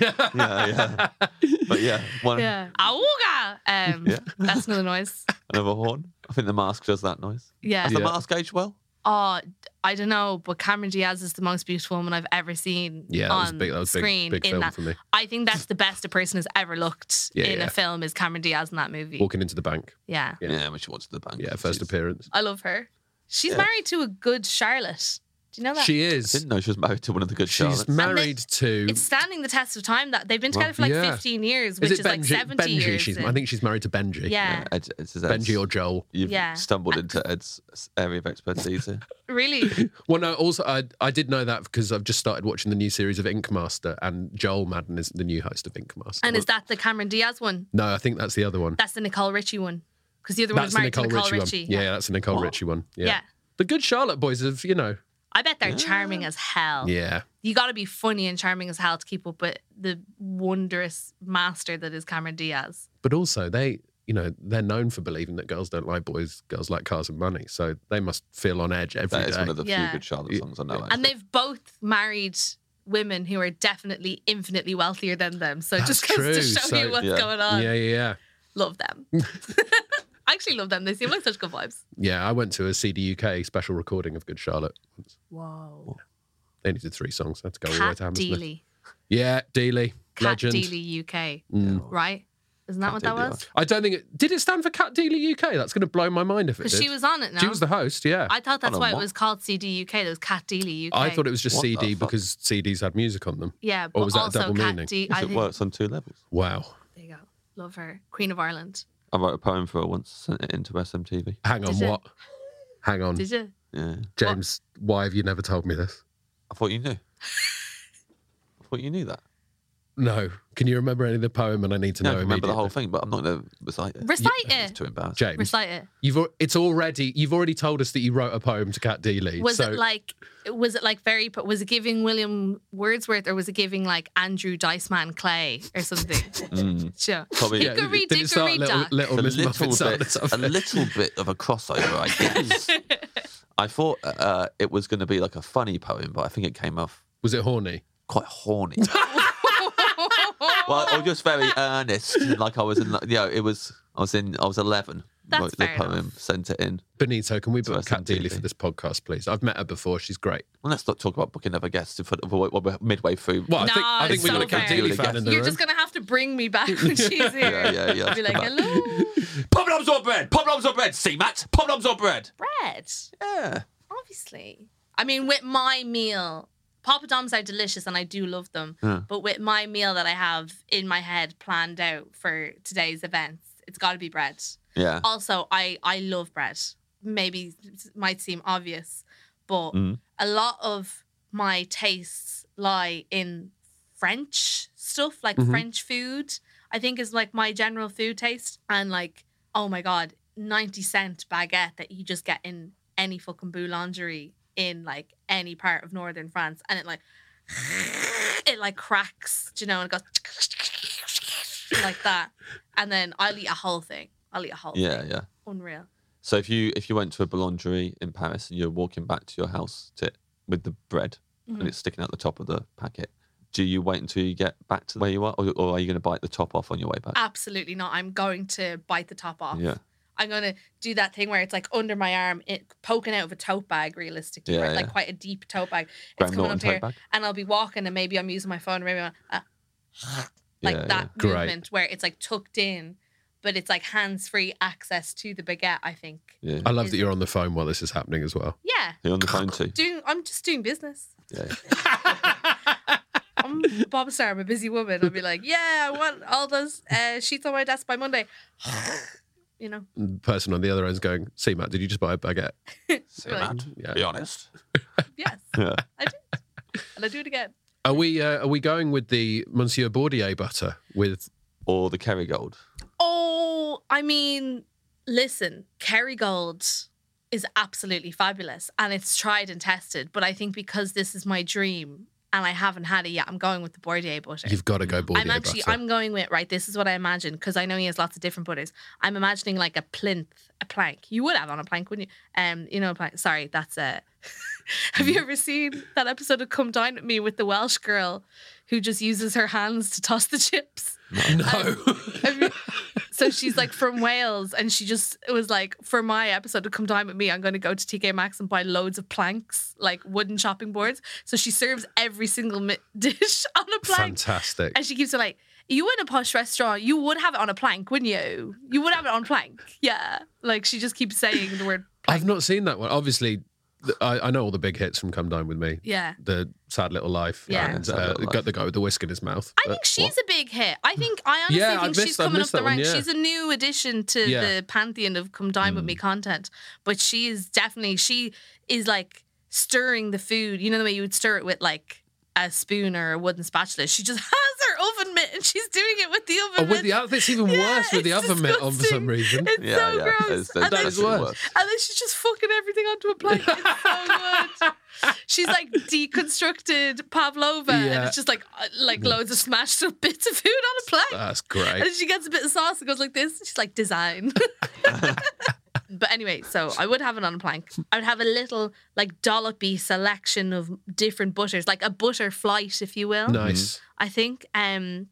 Yeah, yeah. But yeah, one
yeah, awooga. Um,
Yeah.
that's another noise.
another horn. I think the mask does that noise.
Yeah.
Has
yeah.
the mask aged well?
Oh, I don't know, but Cameron Diaz is the most beautiful woman I've ever seen
Yeah, that
on
was big- that was big-
screen.
big
in
film
that,
for me.
I think that's the best a person has ever looked
Yeah,
in
yeah.
a film is Cameron Diaz in that movie.
Walking into the bank.
Yeah.
Yeah.
Yeah, when she wants to the bank.
Yeah, first
She's-
appearance.
I love her. She's married to a good Charlotte. Do you know that?
She
I
is.
didn't know she was married to one of the good
She's
Charlottes.
married to.
it's standing the test of time that they've been together for like
yeah.
15 years,
Is
which
it
is, like
Benji?
70
Benji.
years.
she's,
in-
I think she's married to Benji.
yeah.
Ed, it's his Ed's-
Benji or Joel.
You've
Yeah.
stumbled into Ed's area of expertise here.
Really?
Well, no. Also, I I did know that because I've just started watching the new series of Ink Master, and Joel Madden is the new host of Ink Master.
And is that the Cameron Diaz one?
no, I think that's the other one.
That's the Nicole Richie one. Because the other one was married to Nicole Richie.
one. Yeah, that's the Nicole Richie one. Yeah.
Yeah.
The good Charlotte boys have, you know.
I bet they're
Ah.
charming as hell.
Yeah.
You got to be funny and charming as hell to keep up with the wondrous master that is Cameron Diaz.
But also they, you know, they're known for believing that girls don't like boys, girls like cars and money. So they must feel on edge every day.
That is one of the
Yeah.
few good Charlotte songs I know.
And
actually.
they've both married women who are definitely infinitely wealthier than them. So it just
That's
goes to
true.
show
So-
you what's
Yeah.
going on.
yeah, yeah, yeah.
Love them. I actually love them. They seem like such good vibes.
Yeah, I went to a CD UK special recording of Good Charlotte.
Whoa.
They needed three songs. I had to go all the way
Cat
to Hammersmith.
Deely.
Yeah, Dealey.
Cat
legend.
Deely UK.
Mm.
Right? Isn't that what that
Dealey,
was?
I don't think it did it stand for Cat Dealey UK. That's going to blow my mind if it
Because
did.
she was on it now.
She was the host. Yeah,
I thought that's
on,
why it
what?
was called CD UK. There was Cat Deely UK.
I thought it was just
What the
CD
fuck?
because CDs had music on them.
Yeah, but
Or was that a
also
double
Cat
meaning?
De-
Yes,
I
it
think,
works on two levels.
Wow.
There you go. Love her. Queen of Ireland.
I wrote a poem for her once, sent it into SMTV.
Hang on,
Did it?
what? Hang on,
Did you?
Yeah.
James. Why have you never told me this?
I thought you knew. I thought you knew that.
No. Can you remember any of the poem? And I need to
Yeah, I
know.
remember the
immediately.
whole thing, but I'm not going to recite it.
Recite
It's
it.
too embarrassing.
James,
Recite it.
you've al- it's already you've already told us that you wrote a poem to Cat Dealey.
Was
so
it like was it like very was it giving William Wordsworth or was it giving like Andrew Diceman Clay or something?
Mm.
Sure.
Probably-
You could read
did it start little,
Dick
little
a
Miss
little,
Muffet's out
bit,
of
a
it?
little bit of a crossover, I guess. I thought uh, it was going to be like a funny poem, but I think it came off
Was it horny?
quite horny. well, or just very earnest, like I was in. You know, it was. I was in. I was eleven.
That's
wrote
fair
the poem, sent it in.
Benito, can we
So
book
that's
Cat Dealey
MTV.
for this podcast, please? I've met her before. She's great.
Well, let's not talk about booking other guests in front of when we're midway through.
Well, I
No,
think, I think
it's
we
so
got a Cat
fair.
Dealey fan in the
You're
room.
just gonna have to bring me back when she's here.
Yeah, yeah, yeah.
Be like,
Come back.
hello,
Poploms or bread? Poploms or bread? See, Matt? Poploms or bread?
bread.
Yeah.
Obviously. I mean, with my meal, poppadoms are delicious and I do love them. But with my meal that I have in my head planned out for today's events, it's got to be bread.
Yeah.
Also, I I love bread. Maybe it might seem obvious, but a lot of my tastes lie in French stuff, like French food. I think is like my general food taste, and like oh my god, ninety cent baguette that you just get in any fucking boulangerie in like any part of northern France, and it like it like cracks, do you know, and it goes like that, and then I'll eat a whole thing. I'll eat a whole
Yeah,
thing.
yeah.
Unreal.
So if you if you went to a boulangerie in Paris and you're walking back to your house to with the bread
Mm-hmm. Mm.
and it's sticking out the top of the packet, do you wait until you get back to where you are, or, or are you going to bite the top off on your way back?
Absolutely not. I'm going to bite the top off.
Yeah.
I'm gonna do that thing where it's like under my arm, it poking out of a tote bag, realistically,
Yeah,
right? like
yeah.
quite a deep tote bag.
Graham
it's coming
Norton
up
tote
here,
bag?
and I'll be walking, and maybe I'm using my phone, maybe I'm, uh, like
Yeah,
that
yeah. Great.
movement where it's like tucked in, but it's like hands-free access to the baguette. I think.
Yeah.
I love that you're on the phone while this is happening as well.
Yeah,
You're on the phone too.
doing. I'm just doing business.
Yeah.
I'm I'm a Bob star. I'm a busy woman. I'll be like, yeah, I want all those uh, sheets on my desk by Monday. you know,
The person on the other end is going, see, Matt, did you just buy a baguette?
Say
Right.
that.
Yeah.
Be honest.
yes,
Yeah.
I did, and I do it again.
Are we uh, are we going with the Monsieur Bourdieu butter with
Or the Kerrygold.
Oh, I mean, listen, Kerrygold is absolutely fabulous and it's tried and tested. But I think because this is my dream and I haven't had it yet, I'm going with the Bordier butter.
you've got to go Bourdieu
I'm actually
butter?
I'm going with right. This is what I imagine because I know he has lots of different butters. I'm imagining like a plinth, a plank. You would have on a plank, wouldn't you? Um, you know, a plank. Sorry, that's a. have you ever seen that episode of Come Down with Me with the Welsh girl who just uses her hands to toss the chips?
no.
Have you- so she's like from Wales, and she just it was like for my episode to come down with me. I'm going to go to TK Maxx and buy loads of planks, like wooden chopping boards. So she serves every single mi- dish on a plank,
Fantastic.
and she keeps it like. You in a posh restaurant, you would have it on a plank, wouldn't you? You would have it on plank, yeah. Like she just keeps saying the word,
I've not seen that one. Obviously, th- I, I know all the big hits from Come Down With Me.
yeah.
The Sad Little Life
Yeah.
and
Sad
uh,
Little
got
Life.
the guy with the whisk in his mouth.
I
But
think she's a big hit. I think I honestly
Uh, Yeah, I
think she's
missed- I
coming up
missed
the
that one,
ranks.
yeah.
She's a new addition to
Yeah. Mm.
the pantheon of "Come Dine with Me" content, but she is definitely she is like stirring the food. You know the way you would stir it with like a spoon or a wooden spatula. She just has her oven mitt and she's doing it with the oven
Oh,
mitt.
with the oven, it's even
Yeah,
worse with the
it's
oven mitt on for
disgusting.
some reason.
It's
Yeah,
so
yeah.
gross.
It's-
and,
that's
then
actually
she-
worse.
and then she's just fucking everything onto a plate. It's so good. She's like deconstructed pavlova,
Yeah.
and it's just like uh, like loads of smashed up bits of food on a plate.
That's
And
great.
then she gets a bit of sauce and goes like this. She's like, design. but anyway, so I would have it on a plank. I would have a little like dollopy selection of different butters, like a butter flight, if you will.
Nice.
I think, um,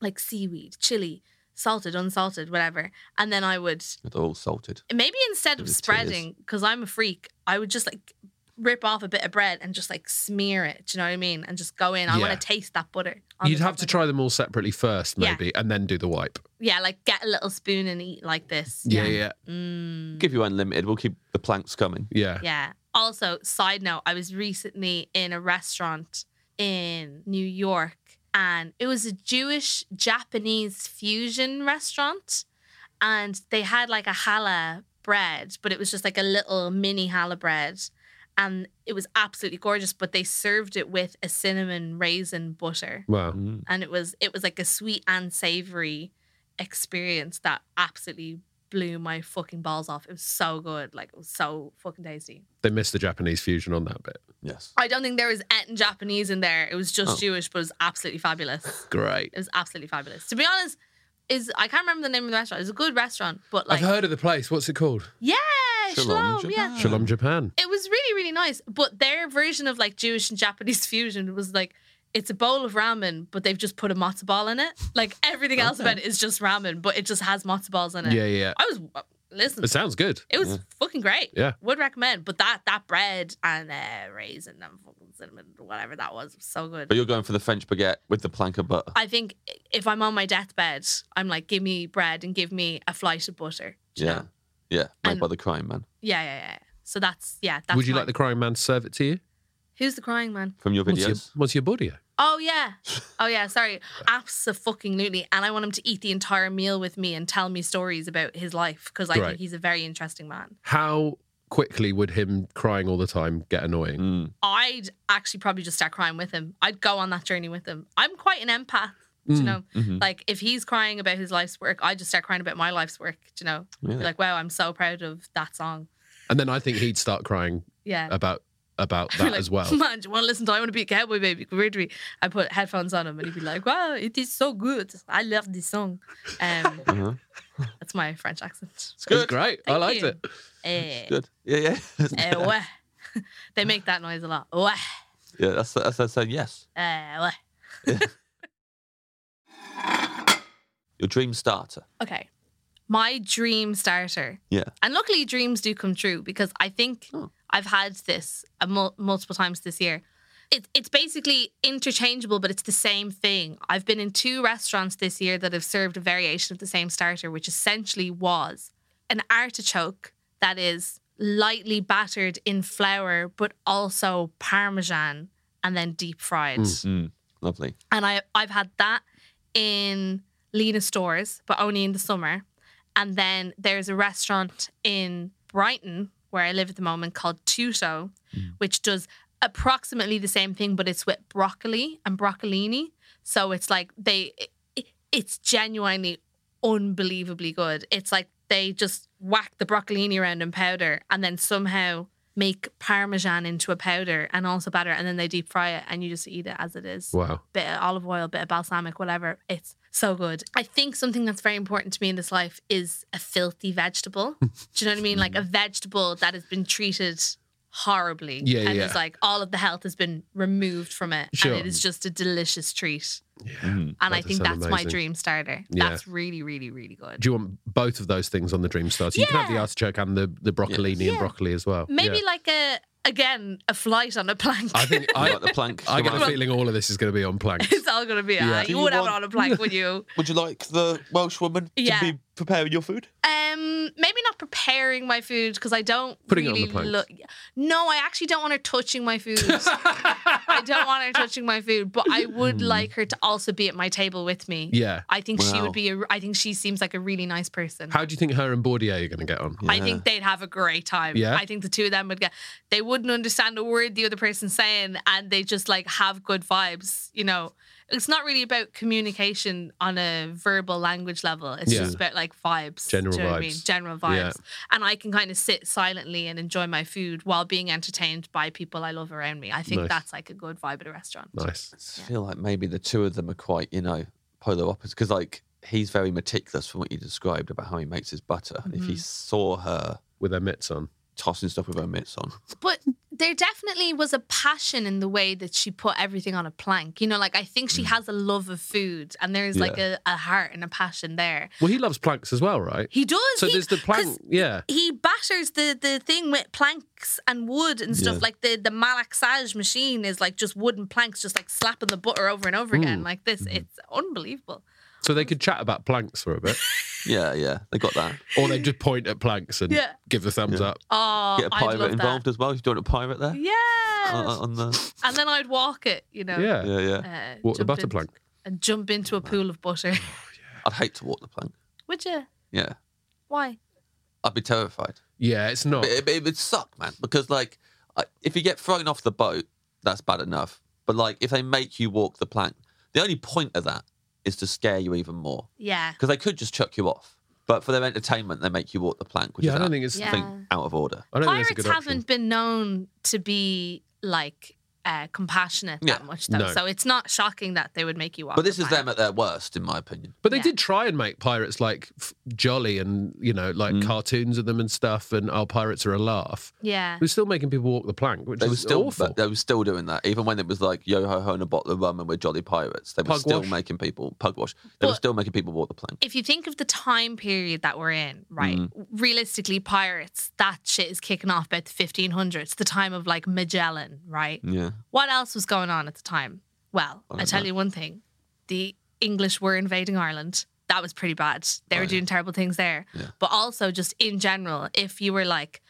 like seaweed, chili, salted, unsalted, whatever. And then I would
They're all salted.
maybe instead of
Little tears.
spreading, because I'm a freak, I would just like rip off a bit of bread and just like smear it. Do you know what I mean? And just go in. I
Yeah.
want to taste that butter. on
You'd
the
have
top
to
of
try them all separately first,
Yeah.
maybe, and then do the wipe.
it. Yeah, like get a little spoon and eat like this.
Yeah, yeah,
Mm.
Give you unlimited. We'll keep the planks coming.
yeah.
Yeah. Also, side note, I was recently in a restaurant in New York and it was a Jewish Japanese fusion restaurant and they had like a challah bread, but it was just like a little mini challah bread and it was absolutely gorgeous, but they served it with a cinnamon raisin butter
Wow.
Mm.
and it was it was like a sweet and savory experience that absolutely blew my fucking balls off. It was so good, like it was so fucking tasty.
They missed the Japanese fusion on that bit.
Yes.
I don't think there was anything Japanese in there. It was just
Oh.
Jewish, but it was absolutely fabulous.
Great.
It was absolutely fabulous. To be honest, is I can't remember the name of the restaurant. It's a good restaurant, but like Hmm.
I've heard of the place. What's it called?
yeah,
Shalom,
shalom, yeah.
Japan.
Shalom Japan.
It was really really nice, but their version of like Jewish and Japanese fusion was like it's a bowl of ramen, but they've just put a matzo ball in it. Like everything else about it is just ramen, but it just has matzo balls in it.
Yeah, yeah.
I was uh, listen.
It sounds good.
It was fucking great.
Yeah.
would recommend. But that that bread and uh, raisin and fucking cinnamon, whatever that was, was so good.
But you're going for the French baguette with the plank of butter.
I think if I'm on my deathbed, I'm like, give me bread and give me a flight of butter. do you
yeah.
know?
Yeah. Made
And-
by the crime man
yeah, yeah, yeah. So that's yeah. That's
Would you
mine.
like the crying man to serve it to you?
Who's the crying man?
from your
What's your,
videos.
what's your body?
Oh yeah, oh yeah. Sorry, absolutely. And I want him to eat the entire meal with me and tell me stories about his life because I
Right.
think he's a very interesting man.
How quickly would him crying all the time get annoying?
Mm.
I'd actually probably just start crying with him. I'd go on that journey with him. I'm quite an empath, do
Hmm.
you know.
mhm.
Like if he's crying about his life's work, I just start crying about my life's work, do you know.
Yeah.
Be Like wow, I'm so proud of that song.
And then I think he'd start crying
Yeah.
about about
I'd be
that
like,
as well.
Man, do you want to listen to I Want to Be a Cowboy Baby? Weird me. I put headphones on him and he'd be like, wow, it is so good. I love this song. Um,
Uh-huh.
That's my French accent.
It's
It was
good.
great. I
Thank
liked
you.
it.
Eh,
Good. Yeah, yeah.
eh, ouais. they make that noise a lot. Ouais,
yeah, that's that's that's saying yes.
eh, ouais.
Your dream starter.
Okay. My dream starter.
Yeah.
And luckily, dreams do come true because I think
Oh.
I've had this a mul- multiple times this year. It, it's basically interchangeable, but it's the same thing. I've been in two restaurants this year that have served a variation of the same starter, which essentially was an artichoke that is lightly battered in flour, but also parmesan and then deep fried.
Mm. Lovely.
and I I've had that in Lena stores, but only in the summer. And then there's a restaurant in Brighton where I live at the moment called Tuto, which does approximately the same thing, but it's with broccoli and broccolini. So it's like they, it, it's genuinely unbelievably good. It's like they just whack the broccolini around in powder and then somehow make parmesan into a powder and also batter, and then they deep fry it and you just eat it as it is
Wow.
bit of olive oil, bit of balsamic, whatever. It's so good. I think something that's very important to me in this life is a filthy vegetable. Do you know what I mean? Like a vegetable that has been treated horribly.
Yeah,
and
yeah.
it's like all of the health has been removed from it.
Sure.
And it is just a delicious treat.
Mm.
And I
That does
think that's
sound
my
amazing.
dream starter.
Yeah.
That's really, really, really good.
Do you want both of those things on the dream starter? You can have the
Yeah.
artichoke and the, the broccolini and
Yeah.
broccoli as well.
Maybe
Yeah.
like a again, a flight on a plank.
I think I,
like the plank.
I get a
Right.
feeling all of this is going to be on planks.
it's all gonna be
Yeah.
uh,
Do
you
you
would have it
want-
on a plank, would you?
Would you like the Welsh woman
Yeah.
to be preparing your food?
Um, maybe not preparing my food because I don't
Putting it on
really
the plate.
look. No, I actually don't want her touching my food. I don't want her touching my food, but I would like her to also be at my table with me.
Hmm. Yeah.
I think she
Wow.
would be. A, I think she seems like a really nice person.
How do you think her and Bourdieu are going to get on?
I think they'd have a great time.
Yeah?
I think the two of them would get. They wouldn't understand a word the other person's saying, and they just like have good vibes. You know, it's not really about communication on a verbal language level. It's
Yeah.
just about like vibes, Do you
General
know what I
vibes.
mean? General vibes,
Yeah.
and I can kind of sit silently and enjoy my food while being entertained by people I love around me. I think
Nice.
that's like a good vibe at a restaurant.
Nice.
I feel like maybe the two of them are quite, you know, polar opposites. Because like he's very meticulous from what you described about how he makes his butter. And
Mm-hmm.
If he saw her
With their mitts on.
tossing stuff with her mitts on,
But there definitely was a passion in the way that she put everything on a plank. You know, like I think
Mm.
she has a love of food and there's like a, a heart and a passion there.
Well, he loves planks as well, right?
He does.
so
he,
there's the
'cause
plank. Yeah.
He batters the, the thing with planks and wood and stuff.
Yeah.
Like the, the malaxage machine is like just wooden planks, just like slapping the butter over and
Mm.
over again, like this.
Mm-hmm.
It's unbelievable.
So they could chat about planks for a bit.
yeah, yeah, they got that.
or they just point at planks and
Yeah.
give the thumbs up.
Oh,
Get a
I'd
pirate
love
involved
that.
as well. If you want a pirate there,
Yeah.
on, on the
and then I'd walk it, you know.
Uh, Yeah.
yeah, yeah.
Uh,
Walk the
jump
butter
in-
plank.
And jump into a pool of butter.
I'd hate to walk the plank.
Would you?
Yeah,
Why?
I'd be terrified.
Yeah, it's not.
But it, it would suck, man, because like I- if you get thrown off the boat, that's bad enough. But like if they make you walk the plank, the only point of that is to scare you even more.
Yeah.
because they could just chuck you off. But for their entertainment, they make you walk the plank, which
Yeah,
is
I don't
out,
think it's.
Yeah.
think out of order.
I don't think
Pirates
it's a good
haven't
option.
been known to be like uh, compassionate that
Yeah.
much, though.
No.
So it's not shocking that they would make you walk.
But this is them
them.
at their worst, in my opinion.
But they
Yeah.
did try and make pirates like f- jolly and you know like cartoons of them and stuff, and our pirates are a laugh.
Yeah.
We're still making people walk the plank, which
They were
is
still,
awful.
but they were still doing that, even when it was like yo ho ho and a bottle of rum and we're jolly pirates. They were still
Pugwash.
making people pugwash. They were
But-
still making people walk the plank.
If you think of the time period that we're
Mm.
in, right? Realistically, pirates, that shit is kicking off about the 1500s, the time of like Magellan, right?
Yeah,
What else was going on at the time? Well, I, tell you one thing the English were invading Ireland. That was pretty bad. They were doing terrible things there. But also, just in general, if you were like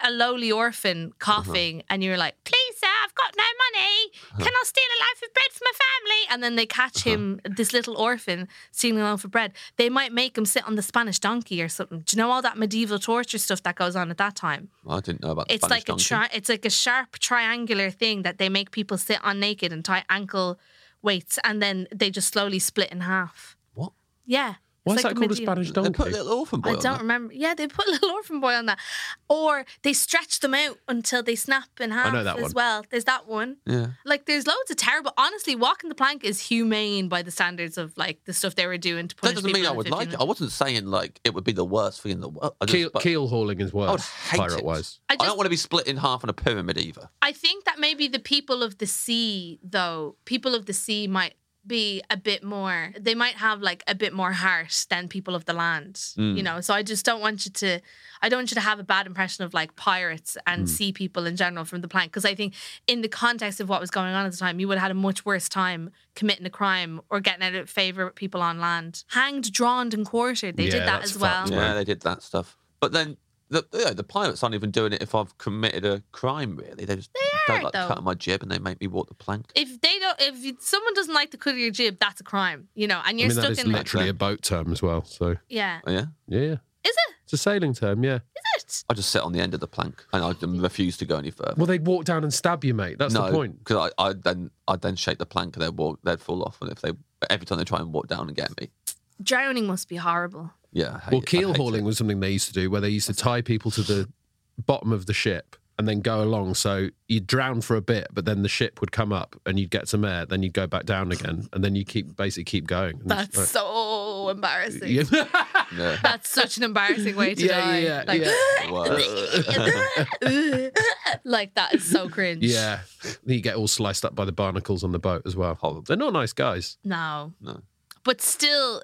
a lowly orphan coughing and you were like, please, sir, I've got no money. Can I steal a loaf of bread for my family? And then they catch him, this little orphan, stealing a loaf of bread. They might make him sit on the Spanish donkey or something. Do you know all that medieval torture stuff that goes on at that time?
I didn't know about. The
It's
Spanish
like a
donkey.
tri- it's like a sharp triangular thing that they make people sit on naked and tie ankle weights, and then they just slowly split in half.
What?
Yeah.
Why
It's
is
like
that called a
medieval-
Spanish
They
donkey?
put a little orphan boy.
I
on
don't
that.
remember. Yeah, they put a little orphan boy on that, or they stretch them out until they snap in half.
know that
as
one.
well. There's that one.
Yeah.
Like, there's loads of terrible. Honestly, walking the plank is humane by the standards of like the stuff they were doing to
That
punish
doesn't
people
mean I
in the
would like it. I
1500s.
wasn't saying like it would be the worst thing in the world. I, just-
keel,
but
keel hauling is
I would
worse,
hate
pirate
it.
wise.
I
I don't
just-
want to be split in half on a pyramid either.
I think that maybe the people of the sea, though, people of the sea might be a bit more, they might have like a bit more heart than people of the land,
Mm.
you know? So I just don't want you to, I don't want you to have a bad impression of like pirates
Mm.
and sea people in general from the plank. Because I think in the context of what was going on at the time, you would have had a much worse time committing a crime or getting out of favor with people on land. Hanged, drawn, and quartered. They
Yeah,
did that
that's
as well.
fucked,
Yeah, they did that stuff. But then the, you know, the pilots aren't even doing it if I've committed a crime, really. They just
They
don't
are,
like
though.
the cut of my jib and they make me walk the plank.
If they don't, if you- someone doesn't like the cut of your jib, that's a crime, you know. And
I
you're
mean, that
stuck
is
in like,
literally a boat term as well. So,
yeah,
Oh, yeah?
yeah,
is it?
it's a sailing term, yeah.
Is it?
I just sit on the end of the plank and I d- refuse to go any further.
Well, they'd walk down and stab you, mate. That's
no,
the point.
Because I, I then I then shake the plank and they'd walk, they'd fall off. And if they every time they try and walk down and get me,
Drowning must be horrible.
yeah. I hate
Well,
it. I hate
keel hauling
it.
was something they used to do where they used to tie people to the bottom of the ship and then go along. So you'd drown for a bit, but then the ship would come up and you'd get some air, then you'd go back down again, and then you keep basically keep going. And it's
That's so embarrassing.
like- yeah.
Yeah.
That's such an embarrassing way to
Yeah,
die.
yeah,
like,
Well,
like that is so cringe.
yeah. Then you get all sliced up by the barnacles on the boat as well.
Horrible.
They're not nice guys.
No.
No.
But still,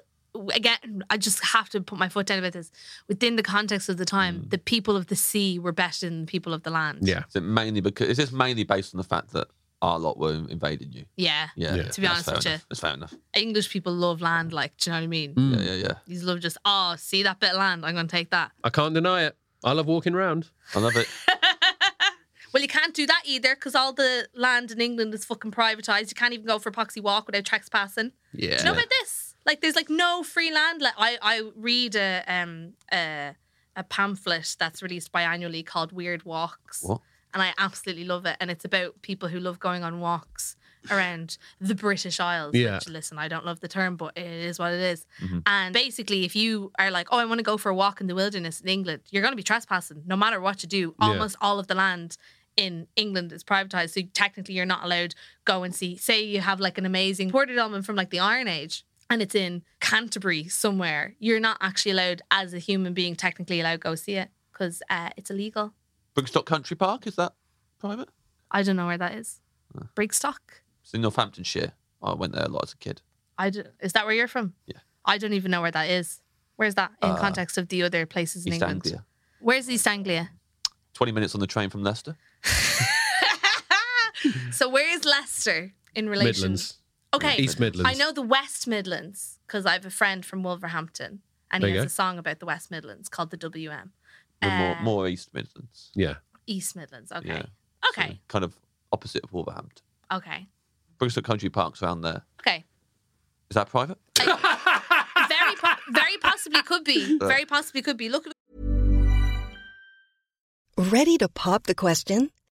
again, I just have to put my foot down about this. Within the context of the time, the people of the sea were better than the people of the land.
Mm. Yeah.
Is it mainly because is this mainly based on the fact that our lot were invading you?
Yeah.
Yeah.
Yeah.
To be honest
That's fair
with you.
enough. That's fair enough.
English people love land, like, do you know what I mean?
Mm.
Yeah, yeah, yeah.
These love just, oh, see that bit of land, I'm going to take that.
I can't deny it. I love walking around.
I love it.
Well, you can't do that either because all the land in England is fucking privatised. You can't even go for a poxy walk without trespassing.
Yeah.
Do you know about this? Like, there's like no free land. Like, I I read a um a, a pamphlet that's released biannually called Weird Walks,
What?
and I absolutely love it. And it's about people who love going on walks around the British Isles.
Yeah.
Which, listen, I don't love the term, but it is what it is. And basically, if you are like, oh, I want to go for a walk in the wilderness in England, you're going to be trespassing no matter what you do. Almost all of the land in England is privatized. So technically, you're not allowed go and see. Say you have like an amazing ported almond from like the Iron Age and it's in Canterbury somewhere. You're not actually allowed, as a human being, technically allowed to go see it because uh, it's illegal.
Brigstock Country Park is that private?
I don't know where that is. Brigstock?
It's in Northamptonshire. I went there a lot as a kid.
I d- is that where you're from?
Yeah. Uh,
I don't even know where that is. Where's that in context of the other places in
East
England?
Anglia.
Where's East Anglia?
Twenty minutes on the train from Leicester.
so where is Leicester in relation?
Midlands.
Okay.
East Midlands.
I know the West Midlands because I have a friend from Wolverhampton and
There
he
you
has
go.
a song about the West Midlands called the WM.
The more,
Uh,
more East Midlands.
Yeah.
East Midlands. Okay.
Yeah. So
Okay.
kind of opposite of Wolverhampton.
Okay.
Brigstock Country Park's around there.
Okay.
Is that private?
Very, po- very possibly could be. Very possibly could be. Look,
Ready to pop the question?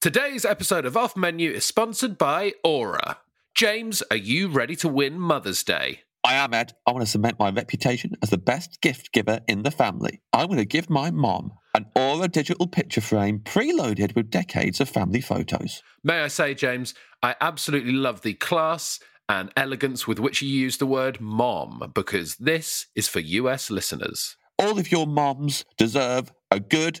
Today's episode of Off Menu is sponsored by Aura. James, are you ready to win Mother's Day?
I am Ed. I want to cement my reputation as the best gift giver in the family. I'm going to give my mom an Aura digital picture frame preloaded with decades of family photos.
May I say, James, I absolutely love the class and elegance with which you use the word mom because this is for US listeners.
All of your moms deserve a good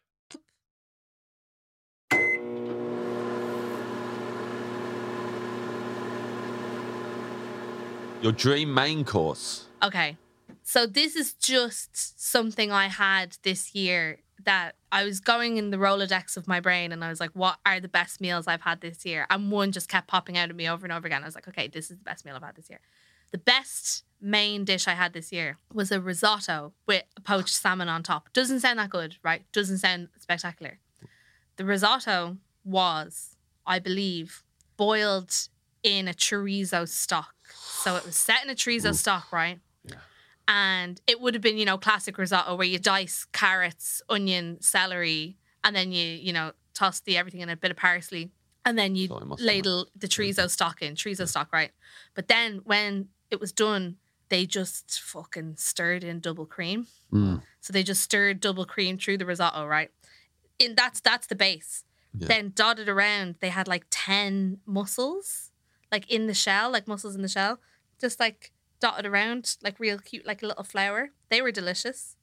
Your dream main course.
Okay. So this is just something I had this year that I was going in the Rolodex of my brain and I was like, what are the best meals I've had this year? And one just kept popping out at me over and over again. I was like, okay, this is the best meal I've had this year. The best main dish I had this year was a risotto with poached salmon on top. Doesn't sound that good, right? Doesn't sound spectacular. The risotto was, I believe, boiled in a chorizo stock. So it was set in a chorizo stock, right? And it would have been, you know, classic risotto where you dice carrots, onion, celery, and then you, you know, toss the everything in a bit of parsley. And then you
So I must have
ladle the chorizo stock in, chorizo stock, right? But then when it was done, they just fucking stirred in double cream. So they just stirred double cream through the risotto, right? In that's that's the base. Then dotted around, they had like ten mussels, like in the shell, like mussels in the shell, just like dotted around, like real cute, like a little flower. They were delicious,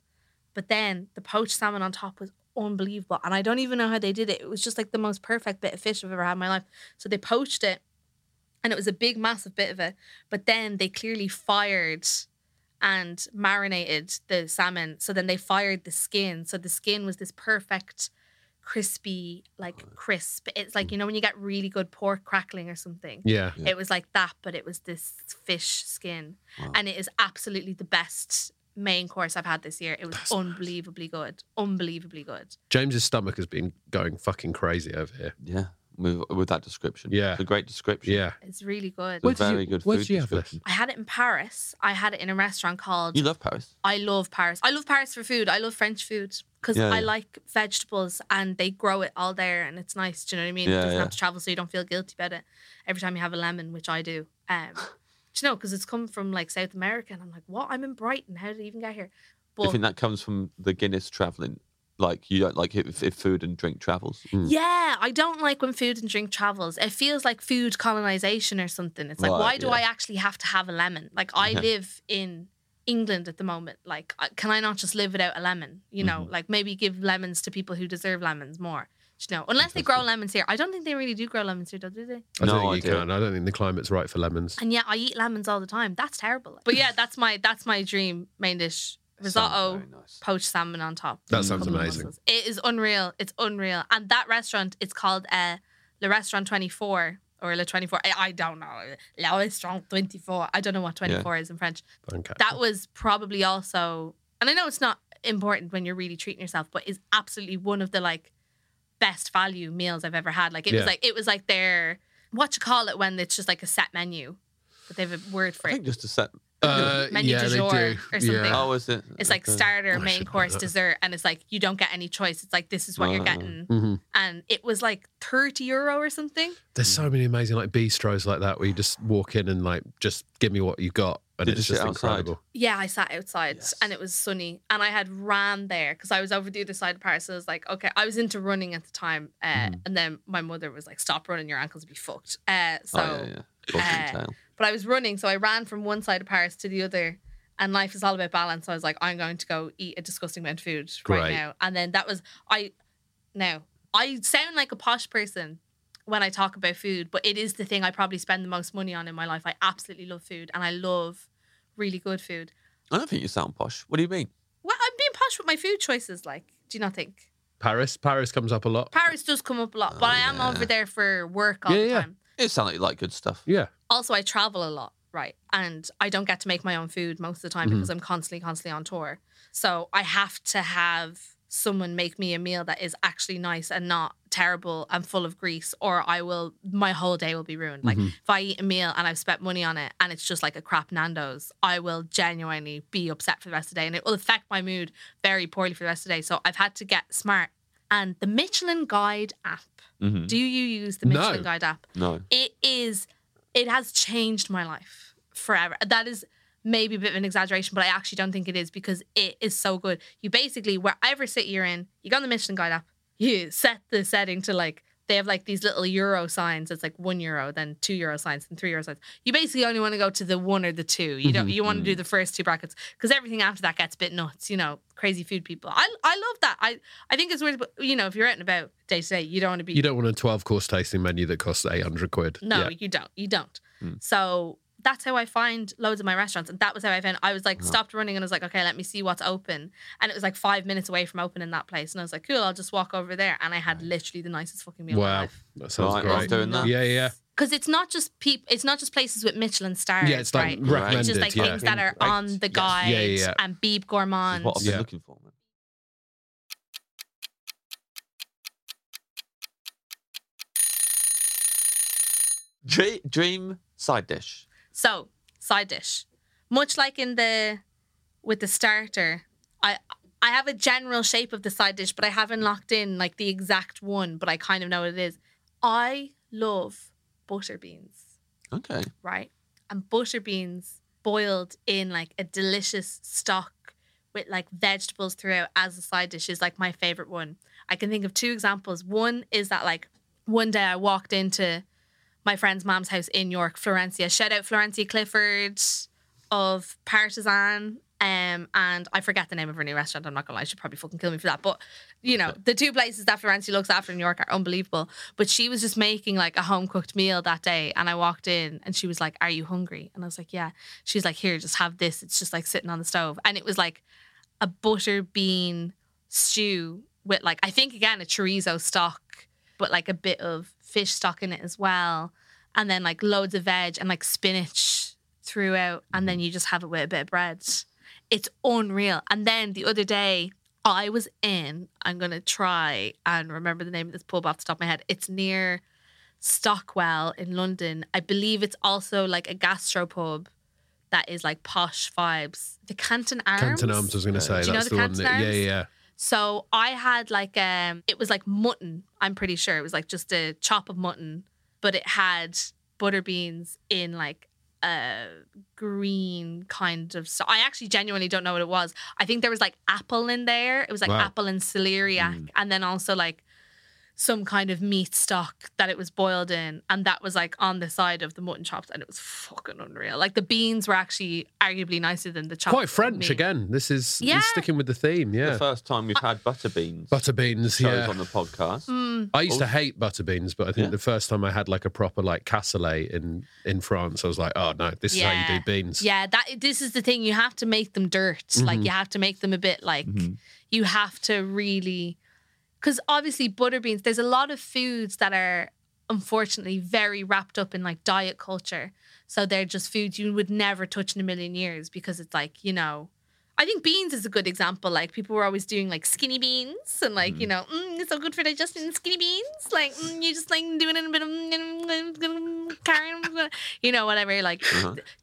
but then the poached salmon on top was unbelievable, and I don't even know how they did it. It was just like the most perfect bit of fish I've ever had in my life. So they poached it, and it was a big, massive bit of it. But then they clearly fired and marinated the salmon. So then they fired the skin. So the skin was this perfect, crispy, like crisp. It's like, you know, when you get really good pork crackling or something.
Yeah.
It was like that, but it was this fish skin. And it is absolutely the best main course I've had this year. It was unbelievably good. Unbelievably good.
James's stomach has been going fucking crazy over here.
Yeah, with, with that description.
Yeah.
It's a great description.
Yeah.
It's really good.
It's a very good
where
food
did you have
description.
I had it in Paris. I had it in a restaurant called
You love Paris.
I love Paris. I love Paris for food. I love French food because
Yeah,
I
yeah.
like vegetables and they grow it all there and it's nice. Do you know what I mean?
Yeah,
it doesn't
yeah.
have to travel, so you don't feel guilty about it every time you have a lemon, which I do. Um, do you know? Because it's come from like South America, and I'm like, what? I'm in Brighton. How did it even get here?
I
But
think that comes from the Guinness traveling. Like you don't like if, if food and drink travels.
Mm.
yeah, I don't like when food and drink travels. It feels like food colonization or something. It's like,
Right,
why do
yeah.
I actually have to have a lemon? Like, I live in England at the moment. Like, I- can I not just live without a lemon? You know,
Mm-hmm.
like maybe give lemons to people who deserve lemons more. You know, unless they grow lemons here. I don't think they really do grow lemons here, though, do they?
I
No
don't think you
idea.
can. I don't think the climate's right for lemons.
And yet I eat lemons all the time. That's terrible. But yeah, that's my that's my dream main dish: risotto,
very nice.
poached salmon on top.
That sounds
Mm. Couple of
amazing.
mussels. It is unreal. It's unreal. And that restaurant, it's called uh, Le Restaurant Twenty Four or Le Twenty Four. I, I don't know. Le Restaurant Twenty Four. I don't know what twenty four is in French.
Okay.
That was probably also, and I know it's not important when you're really treating yourself, but is absolutely one of the like best value meals I've ever had. Like it
Yeah.
was like it was like their what you call it when it's just like a set menu, but they have a word for
I
it.
think just a set.
Uh,
Menu
yeah,
du
they
jour
do.
or something.
Yeah.
Oh, is it?
It's like
Okay.
starter,
I should
main
know
course,
that.
dessert, and it's like you don't get any choice. It's like this is what you're
Wow.
getting,
Mhm.
and it was like thirty euro or something.
There's
Mm-hmm.
so many amazing like bistros like that where you just walk in and like just give me what you got, and
Did you
it's
sit
just
outside?
incredible.
Yeah, I sat outside
Yes.
and it was sunny, and I had ran there because I was over the other side of Paris. So I was like, okay, I was into running at the time, uh,
Mm.
and then my mother was like, "Stop running, your ankles will be fucked." Uh, so,
Oh, yeah, yeah. Full
uh,
detail.
but I was running, so I ran from one side of Paris to the other. And life is all about balance. So I was like, I'm going to go eat a disgusting amount of food right
Great.
now. And then that was I. Now I sound like a posh person when I talk about food, but it is the thing I probably spend the most money on in my life. I absolutely love food, and I love really good food.
I don't think you sound posh. What do you mean?
Well, I'm being posh with my food choices. Like, do you not think
Paris, Paris comes up a lot.
Paris does come up a lot? But I am over there for work all
Oh, Yeah,
the
yeah.
time.
It sounds like you like good stuff.
yeah,
Also, I travel a lot, right? And I don't get to make my own food most of the time because I'm constantly, constantly on tour. So I have to have someone make me a meal that is actually nice and not terrible and full of grease or I will my whole day will be ruined. Like if I eat a meal and I've spent money on it and it's just like a crap Nando's, I will genuinely be upset for the rest of the day and it will affect my mood very poorly for the rest of the day. So I've had to get smart. And the Michelin Guide app. Do you use the
No.
Michelin Guide app?
Mm-hmm. No.
It is it has changed my life forever. That is maybe a bit of an exaggeration, but I actually don't think it is because it is so good. You basically, wherever city you're in, you go on the Michelin Guide app, you set the setting to like, they have like these little euro signs. It's like one euro, then two euro signs, and three euro signs. You basically only want to go to the one or the two. You don't. You want to do the first two brackets because everything after that gets a bit nuts. You know, crazy food people. I I love that. I I think it's weird, but you know, if you're out and about day to day, you don't want to be
You don't want a 12 course tasting menu that costs 800 quid.
no,
Yeah. Hmm.
you don't. You don't. So that's how I find loads of my restaurants. And that was how I found I was
Uh-huh.
like stopped running and I was like, okay, let me see what's open. And it was like five minutes away from opening that place. And I was like, cool, I'll just walk over there. And I had literally the nicest fucking meal of my
Wow.
life.
That sounds
Right,
great.
I'm doing that.
Yeah, yeah.
Because it's not just peop it's not just places with Michelin stars.
Yeah, it's like
right?
recommended.
It's just like
yeah.
things that are
Right.
on the
Yes. Yeah,
guide
yeah, yeah.
and Beeb Gourmand.
This is what I've been
Yeah.
looking for. man. Dream, dream side dish.
So, side dish. Much like in the with the starter, I I have a general shape of the side dish, but I haven't locked in like the exact one, but I kind of know what it is. I love butter beans,
Okay.
right? And butter beans boiled in like a delicious stock with like vegetables throughout as a side dish is like my favorite one. I can think of two examples. One is that like one day I walked into my friend's mom's house in York, Florencia. Shout out Florencia Clifford of Partisan. Um, and I forget the name of her new restaurant. I'm not gonna lie, she'd probably fucking kill me for that. But you know, the two places that Florencia looks after in York are unbelievable. But she was just making like a home cooked meal that day, and I walked in and she was like, "Are you hungry?" And I was like, "Yeah." She's like, "Here, just have this. It's just like sitting on the stove." And it was like a butter bean stew with like I think again a chorizo stock, but like a bit of fish stock in it as well, and then like loads of veg and like spinach throughout, and
Mm-hmm.
then you just have it with a bit of bread. It's unreal. And then the other day I was in. I'm gonna try and remember the name of this pub off the top of my head. It's near Stockwell in London. I believe it's also like a gastropub that is like posh vibes. The Canton Arms.
Canton Arms, I was going to say.
Do you know
That's
the
the one
Canton
that. Yeah,
Arms?
yeah.
So I had like um it was like mutton, I'm pretty sure. It was like just a chop of mutton, but it had butter beans in like a green kind of so I actually genuinely don't know what it was. I think there was like apple in there. It was like
Wow. Mm.
apple and celeriac and then also like some kind of meat stock that it was boiled in and that was like on the side of the mutton chops and it was fucking unreal. Like the beans were actually arguably nicer than the chops.
Quite French again. This is
Yeah.
it's sticking with the theme.
The
Yeah.
first time we've had butter beans
Butter beans.
shows
Yeah.
on the podcast.
Mm.
I used to hate butter beans, but I think
Yeah.
the first time I had like a proper like cassoulet in in France, I was like, oh no, this is how you do beans.
Yeah, that this is the thing. You have to make them dirt. Like you have to make them a bit like you have to really because obviously butter beans, there's a lot of foods that are unfortunately very wrapped up in like diet culture. So they're just foods you would never touch in a million years because it's like, you know, I think beans is a good example. Like people were always doing like skinny beans and like, you know, mm, it's so good for digestion, skinny beans. Like mm, you just like doing it in a bit of mm, carrot, you know, whatever, like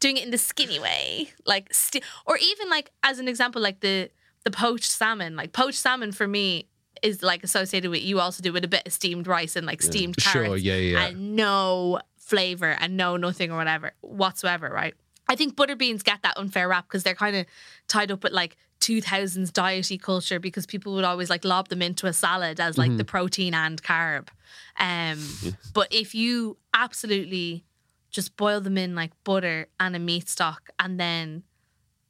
doing it in the skinny way. Like sti- or even like as an example, like the the poached salmon. Like poached salmon for me is like associated with you also do with a bit of steamed rice and like steamed
Sure,
carrots
yeah, yeah.
and no flavor and no nothing or whatever whatsoever, right? I think butter beans get that unfair rap because they're kind of tied up with like 2000s diety culture because people would always like lob them into a salad as like the protein and carb. Um, but if you absolutely just boil them in like butter and a meat stock and then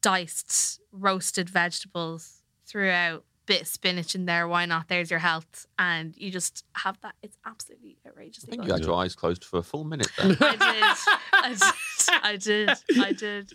diced roasted vegetables throughout bit of spinach in there why not there's your health and you just have that it's absolutely outrageous
I think you had your eyes closed for a full minute there.
I did. I did. I did. I did.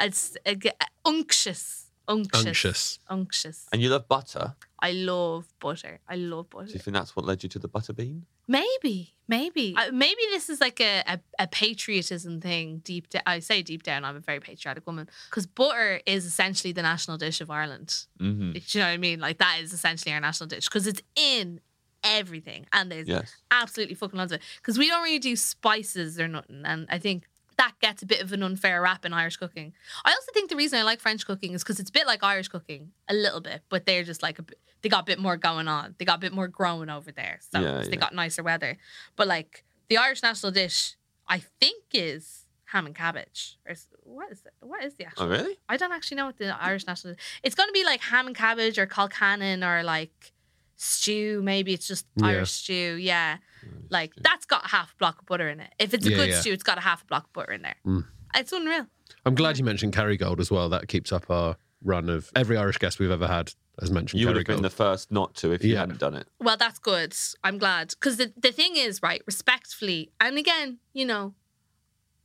It's uh, g- unctuous. Unctuous.
Anxious.
Unctuous.
and you love butter.
I love butter. I love
Do you
butter.
think that's what led you to the butter bean?
Maybe, maybe, I, maybe this is like a, a, a patriotism thing. Deep, down, I say deep down, I'm a very patriotic woman because butter is essentially the national dish of Ireland.
Mm-hmm.
Do you know what I mean? Like that is essentially our national dish because it's in everything, and there's
Yes.
absolutely fucking loads of it because we don't really do spices or nothing, and I think that gets a bit of an unfair rap in Irish cooking. I also think the reason I like French cooking is because it's a bit like Irish cooking, a little bit, but they're just like a bit, they got a bit more going on, they got a bit more growing over there, so
Yeah,
'cause
yeah.
they got nicer weather. But like the Irish national dish, I think is ham and cabbage. Or is, what is it? What is the actual?
Oh, really?
I don't actually know what the Irish national. It's going to be like ham and cabbage or colcannon or like stew. Maybe it's just
Yeah.
Irish stew. Yeah, like that's got half a block of butter in it. If it's a
Yeah,
good
yeah. Mm.
stew, it's got a half a block of butter in there. It's unreal.
I'm glad you mentioned Kerrygold as well. That keeps up our run of every Irish guest we've ever had has mentioned
You would have
Kerrygold.
been the first not to if you
Yeah.
hadn't done it.
Well, that's good. I'm glad because the the thing is right. Respectfully, and again, you know,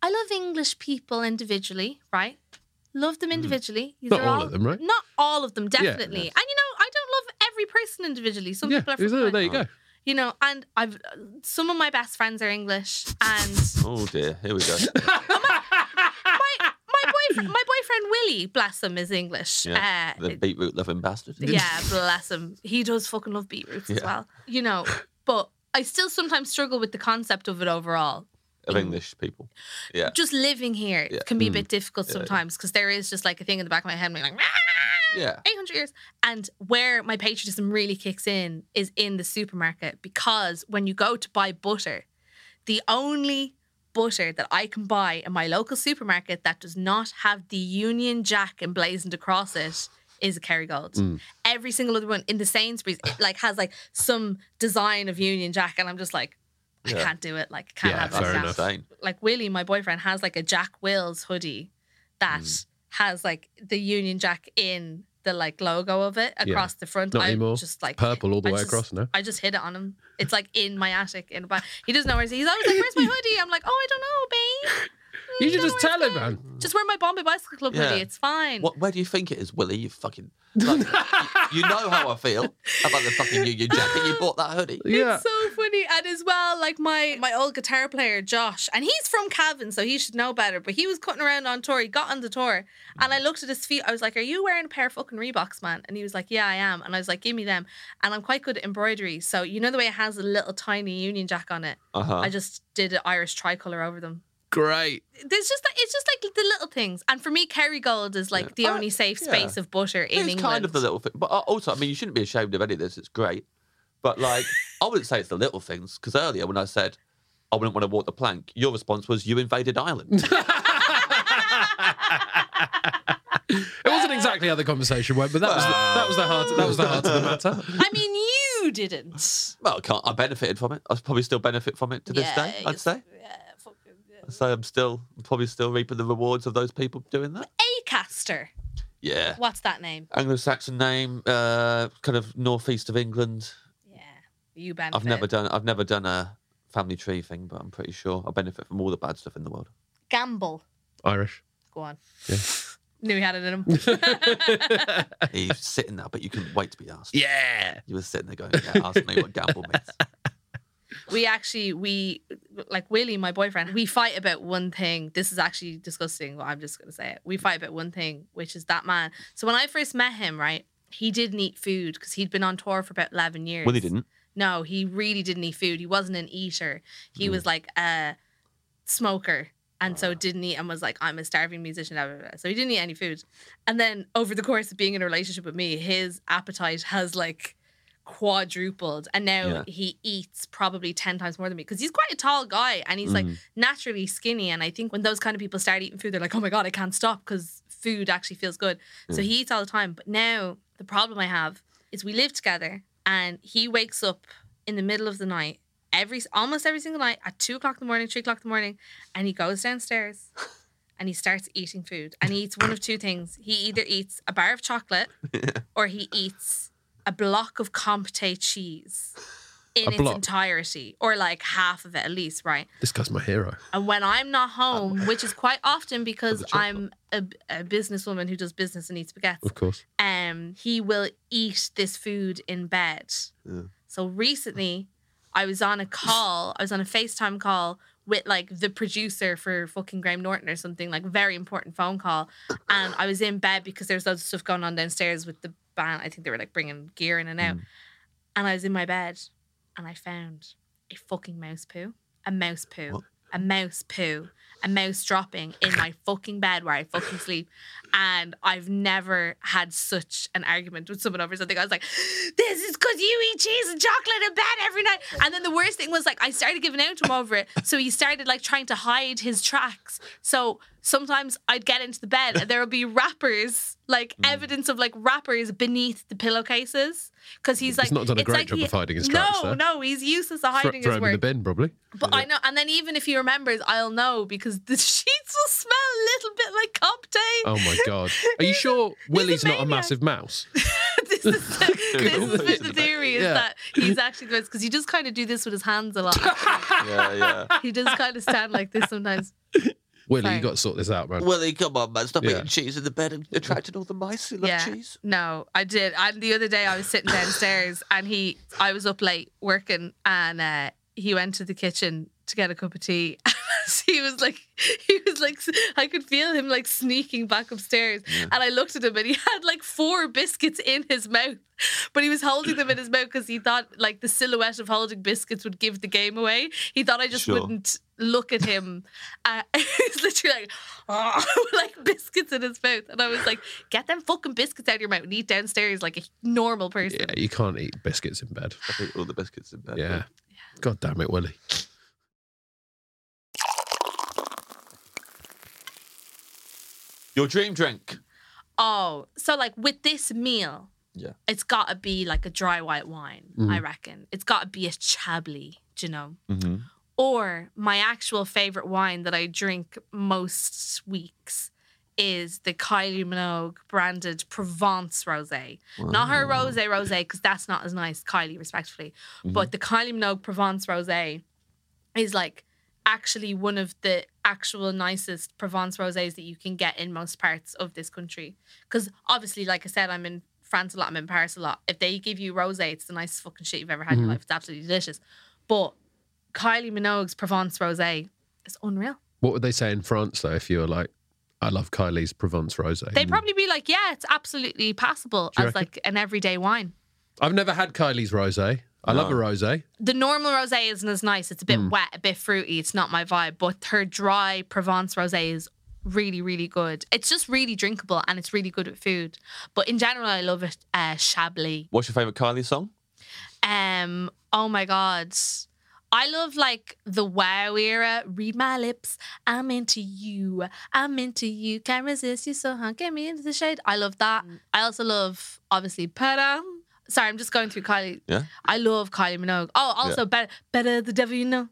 I love English people individually, right? Love them individually. These
Mm. Not
are
all of them, right?
Not all of them,
Yeah.
definitely. And you know, I don't love every person individually. Some
yeah,
people are from Mm,
there, there you go.
you know, and I've some of my best friends are English, and
Oh dear, here we go.
my my boyfriend, my boyfriend Willie, bless him, is English.
Yeah,
Uh,
the beetroot loving bastard.
yeah, bless him. He does fucking love beetroots as
Yeah.
well. You know, but I still sometimes struggle with the concept of it overall.
of English people. Yeah,
Just living here
Yeah.
can be a bit difficult sometimes because there is just like a thing in the back of my head, being like, "Ah!"
yeah.
800 years. And where my patriotism really kicks in is in the supermarket because when you go to buy butter, the only butter that I can buy in my local supermarket that does not have the Union Jack emblazoned across it is a Kerrygold. Every single other one in the Sainsbury's it like has like some design of Union Jack, and I'm just like, I
Yeah.
can't do it. Like, can't
Yeah,
have
That's
this
fair
now
enough.
insane.
like Willie, my boyfriend, has like a Jack Wills hoodie that
Mm.
has like the Union Jack in the like logo of it across the front.
Not
I
anymore.
Just like
Purple all the
I
way
just-
across, no?
I just hid it on him. It's like in my attic. In but he doesn't know where it is. He's always like, "Where's my hoodie?" I'm like, "Oh, I don't know, babe.
You should just tell him, man.
Just wear my Bombay Bicycle Club
Yeah.
hoodie. It's fine."
What, where do you think it is, Willie? You fucking. Like, you, you know how I feel about the fucking Union Jack, and you bought that hoodie.
Yeah.
It's so funny. And as well, like my my old guitar player Josh, and he's from Cavan, so he should know better. But he was cutting around on tour. He got on the tour, and I looked at his feet. I was like, "Are you wearing a pair of fucking Reeboks, man?" And he was like, "Yeah, I am." And I was like, "Give me them." And I'm quite good at embroidery, so you know the way it has a little tiny Union Jack on it.
Uh huh.
I just did an Irish tricolour over them.
Great.
There's just it's just like the little things, and for me, Kerrygold is like the
Uh,
only safe
yeah.
space of butter in
it's
England.
kind of the little thing, but uh, also, I mean, you shouldn't be ashamed of any of this. It's great, but like, I wouldn't say it's the little things because earlier when I said I wouldn't want to walk the plank, your response was you invaded
Mm.
Ireland.
It wasn't exactly how the conversation went, but that was the, that was the heart that was the heart of the matter.
I mean, you didn't.
well, I can't. I benefited from it. I probably still benefit from it to this
Yeah,
day.
you're
I'd say.
Yeah, fucking. Yeah.
So I'm still probably still reaping the rewards of those people doing that.
Acaster.
Yeah.
What's that name?
Anglo-Saxon name, uh, kind of northeast of England.
Yeah, you benefit.
I've never done. I've never done a family tree thing, but I'm pretty sure I benefit from all the bad stuff in the world.
gamble.
Irish.
Go on. Knew he had it in him.
He's sitting there, but you couldn't wait to be asked.
Yeah.
You were sitting there going, yeah, "Ask me what gamble means."
we actually we like Willie, my boyfriend. We fight about one thing. This is actually disgusting. But I'm just gonna say it. We fight about one thing, which is that man. So when I first met him, right, he didn't eat food because he'd been on tour for about eleven years.
Well, he didn't.
No, he really didn't eat food. He wasn't an eater. He was like a smoker. And so didn't eat and was like, I'm a starving musician. Blah, blah, blah. So he didn't eat any food. And then over the course of being in a relationship with me, his appetite has like quadrupled. And now
Yeah.
he eats probably 10 times more than me because he's quite a tall guy and he's like naturally skinny. And I think when those kind of people start eating food, they're like, oh my God, I can't stop because food actually feels good.
Mm.
So he eats all the time. But now the problem I have is we live together and he wakes up in the middle of the night every almost every single night at two o'clock in the morning, three o'clock in the morning, and he goes downstairs and he starts eating food. And he eats one of two things. He either eats a bar of chocolate or he eats a block of Comte cheese in
A
its
block.
entirety. Or like half of it at least, right?
This guy's my hero.
And when I'm not home, which is quite often because
chocolate.
I'm a, a businesswoman who does business and eats baguettes,
Of course.
um, he will eat this food in bed. So recently, I was on a call, I was on a FaceTime call with like the producer for fucking Graham Norton or something, like very important phone call. And I was in bed because there was loads of stuff going on downstairs with the band. I think they were like bringing gear in and out. And I was in my bed and I found a fucking mouse poo, a mouse poo, a mouse poo, a mouse dropping in my fucking bed where I fucking sleep. And I've never had such an argument with someone over something. I was like, this is because you eat cheese and chocolate in bed every night. And then the worst thing was like, I started giving out to him over it. So he started like trying to hide his tracks. So sometimes I'd get into the bed and there would be wrappers, like
Mm.
evidence of like wrappers beneath the pillowcases. Because he's like,
not done a
it's
great
like
job
he-
of hiding his
no,
tracks there.
No, he's useless at
Throw,
hiding
throw
his
him
work.
in the bin, probably.
But I know, and then even if he remembers, I'll know because the sheets will smell a little bit like Copte.
Oh my god! Are you sure Willie's not a
maniac.
massive mouse?
this is the, this
Google
has been
it.
the theory is
Yeah.
that he's actually the best because he does kind of do this with his hands a lot.
Yeah, yeah.
he does kind of stand like this sometimes.
Willie,
Sorry.
you got to sort this out, man.
Willie, come on, man. Stop
Yeah.
eating cheese in the bed and attracting all the mice who love
yeah.
cheese.
No, I did. And the other day I was sitting downstairs and he, I was up late working and uh, he went to the kitchen to get a cup of tea. he was like, he was like, I could feel him like sneaking back upstairs. And I looked at him and he had like four biscuits in his mouth, but he was holding them in his mouth because he thought like the silhouette of holding biscuits would give the game away. He thought I just
Sure.
wouldn't look at him. Uh, he's literally like, "Ah," like biscuits in his mouth. And I was like, get them fucking biscuits out of your mouth and eat downstairs like a normal person.
Yeah, you can't eat biscuits in bed.
I eat all the biscuits in bed.
Yeah. God damn it, Willie.
Your dream drink.
Oh, so like with this meal,
Yeah.
it's got to be like a dry white wine,
Mm-hmm.
I reckon. It's got to be a Chablis, do you know?
Mm-hmm.
Or my actual favorite wine that I drink most weeks is the Kylie Minogue branded Provence rosé. Not her rosé rosé because that's not as nice, Kylie, respectfully. But the Kylie Minogue Provence rosé is like actually one of the actual nicest Provence rosés that you can get in most parts of this country. Because obviously, like I said, I'm in France a lot. I'm in Paris a lot. If they give you rosé, it's the nicest fucking shit you've ever had in your life. It's absolutely delicious. But Kylie Minogue's Provence rosé is unreal.
What would they say in France though if you were like, "I love Kylie's Provence rosé"?
They'd probably be like, "Yeah, it's absolutely passable
Do you
as
reckon?
like an everyday wine."
Hmm. I've never had Kylie's rosé. I love a rosé.
The normal rosé isn't as nice. It's a
Hmm.
bit wet, a bit fruity. It's not my vibe. But her dry Provence rosé is really, really good. It's just really drinkable and it's really good with food. But in general, I love it. Uh, Chablis.
What's your favourite Kylie song?
Um. Oh my god. I love like the wow era. Read my lips. I'm into you. I'm into you. Can't resist you so hard. Get me into the shade. I love that. I also love obviously Pada. Sorry, I'm just going through Kylie.
Yeah.
I love Kylie Minogue. Oh, also better better the devil you know.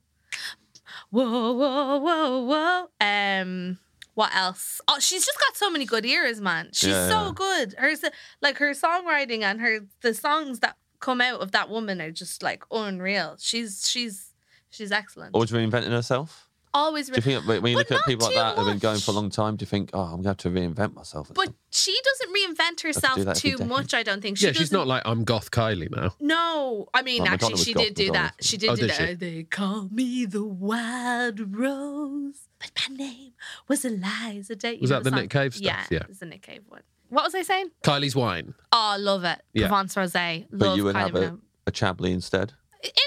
Whoa, whoa, whoa, whoa. Um what else? Oh, she's just got so many good ears, man. She's
Yeah,
so
yeah.
good. Her s- like her songwriting and her the songs that come out of that woman are just like unreal. She's she's she's excellent.
Or reinventing herself?
Always
Do you think when you
But
look at
not
people like
too
that who've been going for a
much.
long time, do you think, oh, I'm going to have to reinvent myself?
But she doesn't reinvent herself
that every
too
decade.
much, I don't think. She
yeah, she's
doesn't-
not like I'm goth Kylie now.
No, I mean,
Well, Madonna
actually,
was
she
goth,
did do
Madonna
that.
was-
She did
Oh,
do
did
that. Uh,
she?
They call me the Wild Rose, but my name was Eliza Day. You
Was
know
that the
song?
Nick Cave stuff?
Yeah,
Yeah.
it was the Nick Cave one. What was I saying?
Kylie's wine.
Oh, I love it.
Yeah.
Provence Rosé. Love
But you would
Kylie
have a,
Minogue.
a Chablis instead.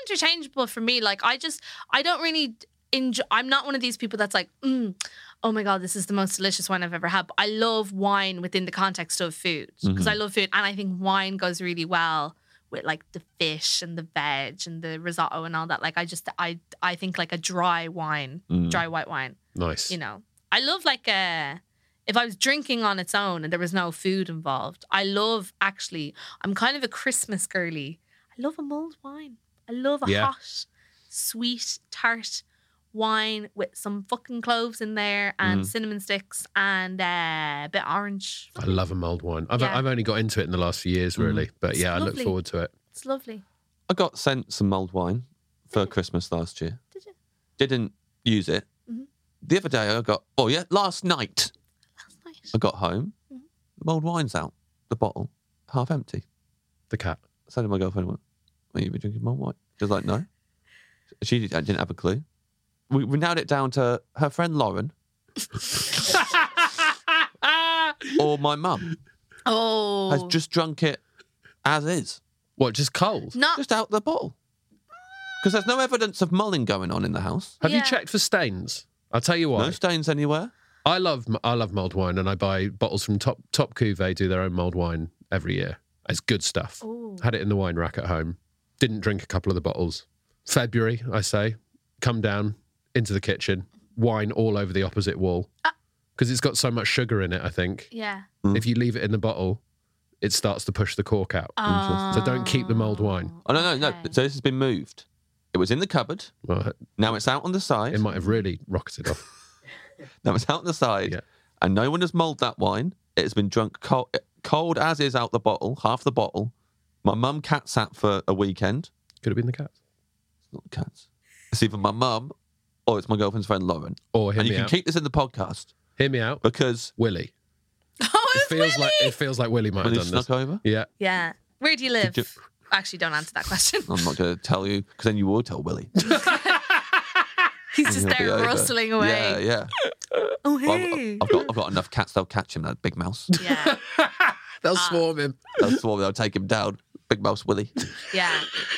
interchangeable for me. Like I just I don't really enjoy. I'm not one of these people that's like, mm, oh my god, this is the most delicious wine I've ever had. But I love wine within the context of food because I love food, and I think wine goes really well with like the fish and the veg and the risotto and all that. Like I just I I think like a dry wine,
Mm.
dry white wine.
Nice.
You know, I love like a. If I was drinking on its own and there was no food involved, I love actually. I'm kind of a Christmas girly. I love a mulled wine. I love a
Yeah.
hot, sweet, tart wine with some fucking cloves in there and cinnamon sticks and uh, a bit of orange.
Mm. I love a mulled wine. I've,
Yeah. Mm.
I've only got into it in the last few years, really. But yeah, I look
lovely.
forward to it.
It's lovely.
I got sent some mulled wine for Christmas last year.
Did you? Mm-hmm.
Didn't use it. The other day, I got, oh, yeah, last night,
That's nice.
I got home.
Mm-hmm.
The mulled wine's out, the bottle, half empty.
The cat.
I said to my girlfriend, "What? Well, you been drinking mulled wine?" She was like, "No." She did- didn't have a clue. We, we nailed it down to her friend Lauren or my mum has
Oh,
just drunk it as is,
What? Just cold?
not
just out the bottle. Because there's no evidence of mulling going on in the house.
Have you
Yeah.
checked for stains? I'll tell you what.
No stains anywhere.
I love I love mulled wine, and I buy bottles from Top Top Cuvée. Do their own mulled wine every year. It's good stuff.
Oh.
Had it in the wine rack at home. Didn't drink a couple of the bottles. February, I say, come down into the kitchen. Wine all over the opposite wall
Uh.
because it's got so much sugar in it. I think
Yeah.
if you leave it in the bottle, it starts to push the cork out.
Ah.
So don't keep the mulled wine.
Oh no, no, no. So this has been moved. It was in the cupboard.
Well,
Now it's out on the side.
it might have really rocketed off.
Now it's out on the side,
Yeah.
and no one has mulled that wine. It has been drunk cold, cold as is out the bottle, half the bottle. My mum cat sat for a weekend.
Could have been the cat.
It's not cats. It's either my mum or it's my girlfriend's friend Lauren.
Or hear
and you
me
can
out.
keep this in the podcast
Hear me out,
because
Willie.
Oh,
It feels like it feels like Willie might
when they
have done this.
snuck over.
Yeah.
Yeah. Where do you live?
you- Um,
Actually, don't answer that question.
I'm not going to tell you because then you will tell Willie.
He's just there rustling away.
Yeah, yeah.
Oh,
Well,
hey.
I've, I've got, I've got enough cats. They'll catch him. That big mouse.
Yeah.
They'll
Ah.
swarm him.
They'll swarm. They'll take him down. Big mouse Willie.
Yeah.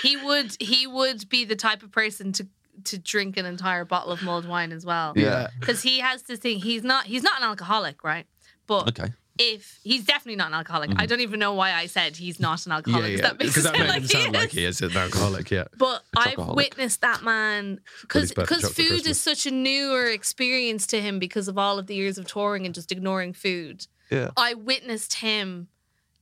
He would he would be the type of person to to drink an entire bottle of mulled wine as well.
Yeah.
Because he has this thing. He's not he's not an alcoholic, right? But
Okay.
if he's definitely not an alcoholic. I don't even know why I said he's not an alcoholic. 'cause That makes
Because that
it
made
like
him
he
sound like
is.
he is an alcoholic, yeah.
But I've
chocoholic.
witnessed that man
Willie's
because
birthday chocolate
food
Christmas.
is such a newer experience to him because of all of the years of touring and just ignoring food.
Yeah.
I witnessed him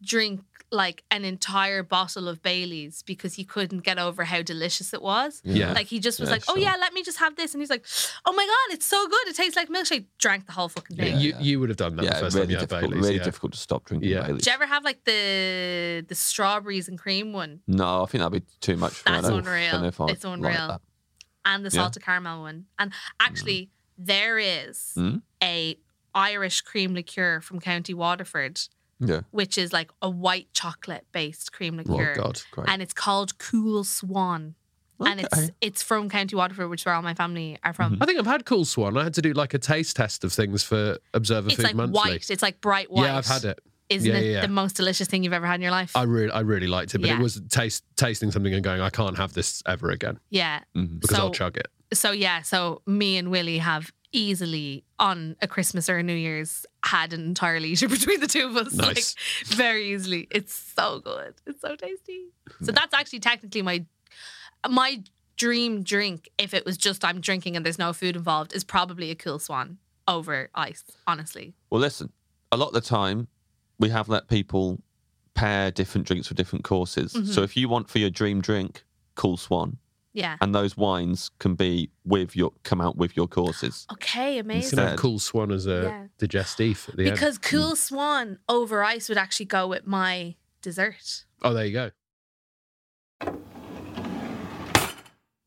drink like an entire bottle of Bailey's because he couldn't get over how delicious it was.
Yeah.
Like he just was
Yeah,
like, "Oh
sure.
yeah, let me just have this," and he's like, "Oh my god, it's so good! It tastes like milkshake." Drank the whole fucking thing.
you, you would have done that
Yeah.
the first
really
time you
difficult.
had Bailey's.
really
yeah.
difficult to stop drinking
Yeah.
Baileys.
Did you ever have like the the strawberries and cream one
No, I think that'd be too much. For me. I
That's
don't-
unreal.
don't know if I
It's
like
unreal.
that.
and the
Yeah.
salted caramel one? And
Mm.
actually, there is
Mm.
a Irish cream liqueur from County Waterford,
Yeah.
which is like a white chocolate based cream
Oh
liqueur.
God, great.
and it's called Cool Swan. And it's
Okay.
it's from County Waterford, which is where all my family are from.
I think I've had Cool Swan. I had to do like a taste test of things for Observer
It's
Food
like
Monthly.
white. It's like bright white.
Yeah, I've had it.
Isn't
Yeah,
it
yeah, yeah.
the most delicious thing you've ever had in your life?
I really, I really liked it, but
Yeah.
it was taste, tasting something and going, I can't have this ever again
yeah.
because I'll
So-
chug it.
So yeah, so me and Willie have easily on a Christmas or a New Year's had an entire liter between the two of us.
Nice.
Like very easily. It's so good. It's so tasty.
Mm.
So that's actually technically my my dream drink, if it was just I'm drinking and there's no food involved, is probably a cool swan over ice, honestly.
Well, listen. A lot of the time, we have let people pair different drinks with different courses.
Mm-hmm.
So if you want for your dream drink, Cool Swan,
Yeah.
and those wines can be with your come out with your courses.
Okay,
You can
amazing.
have Cool Swan as a
Yeah.
digestif at the end. Mm.
Because cool swan over ice would actually go with my dessert.
Oh, there you go.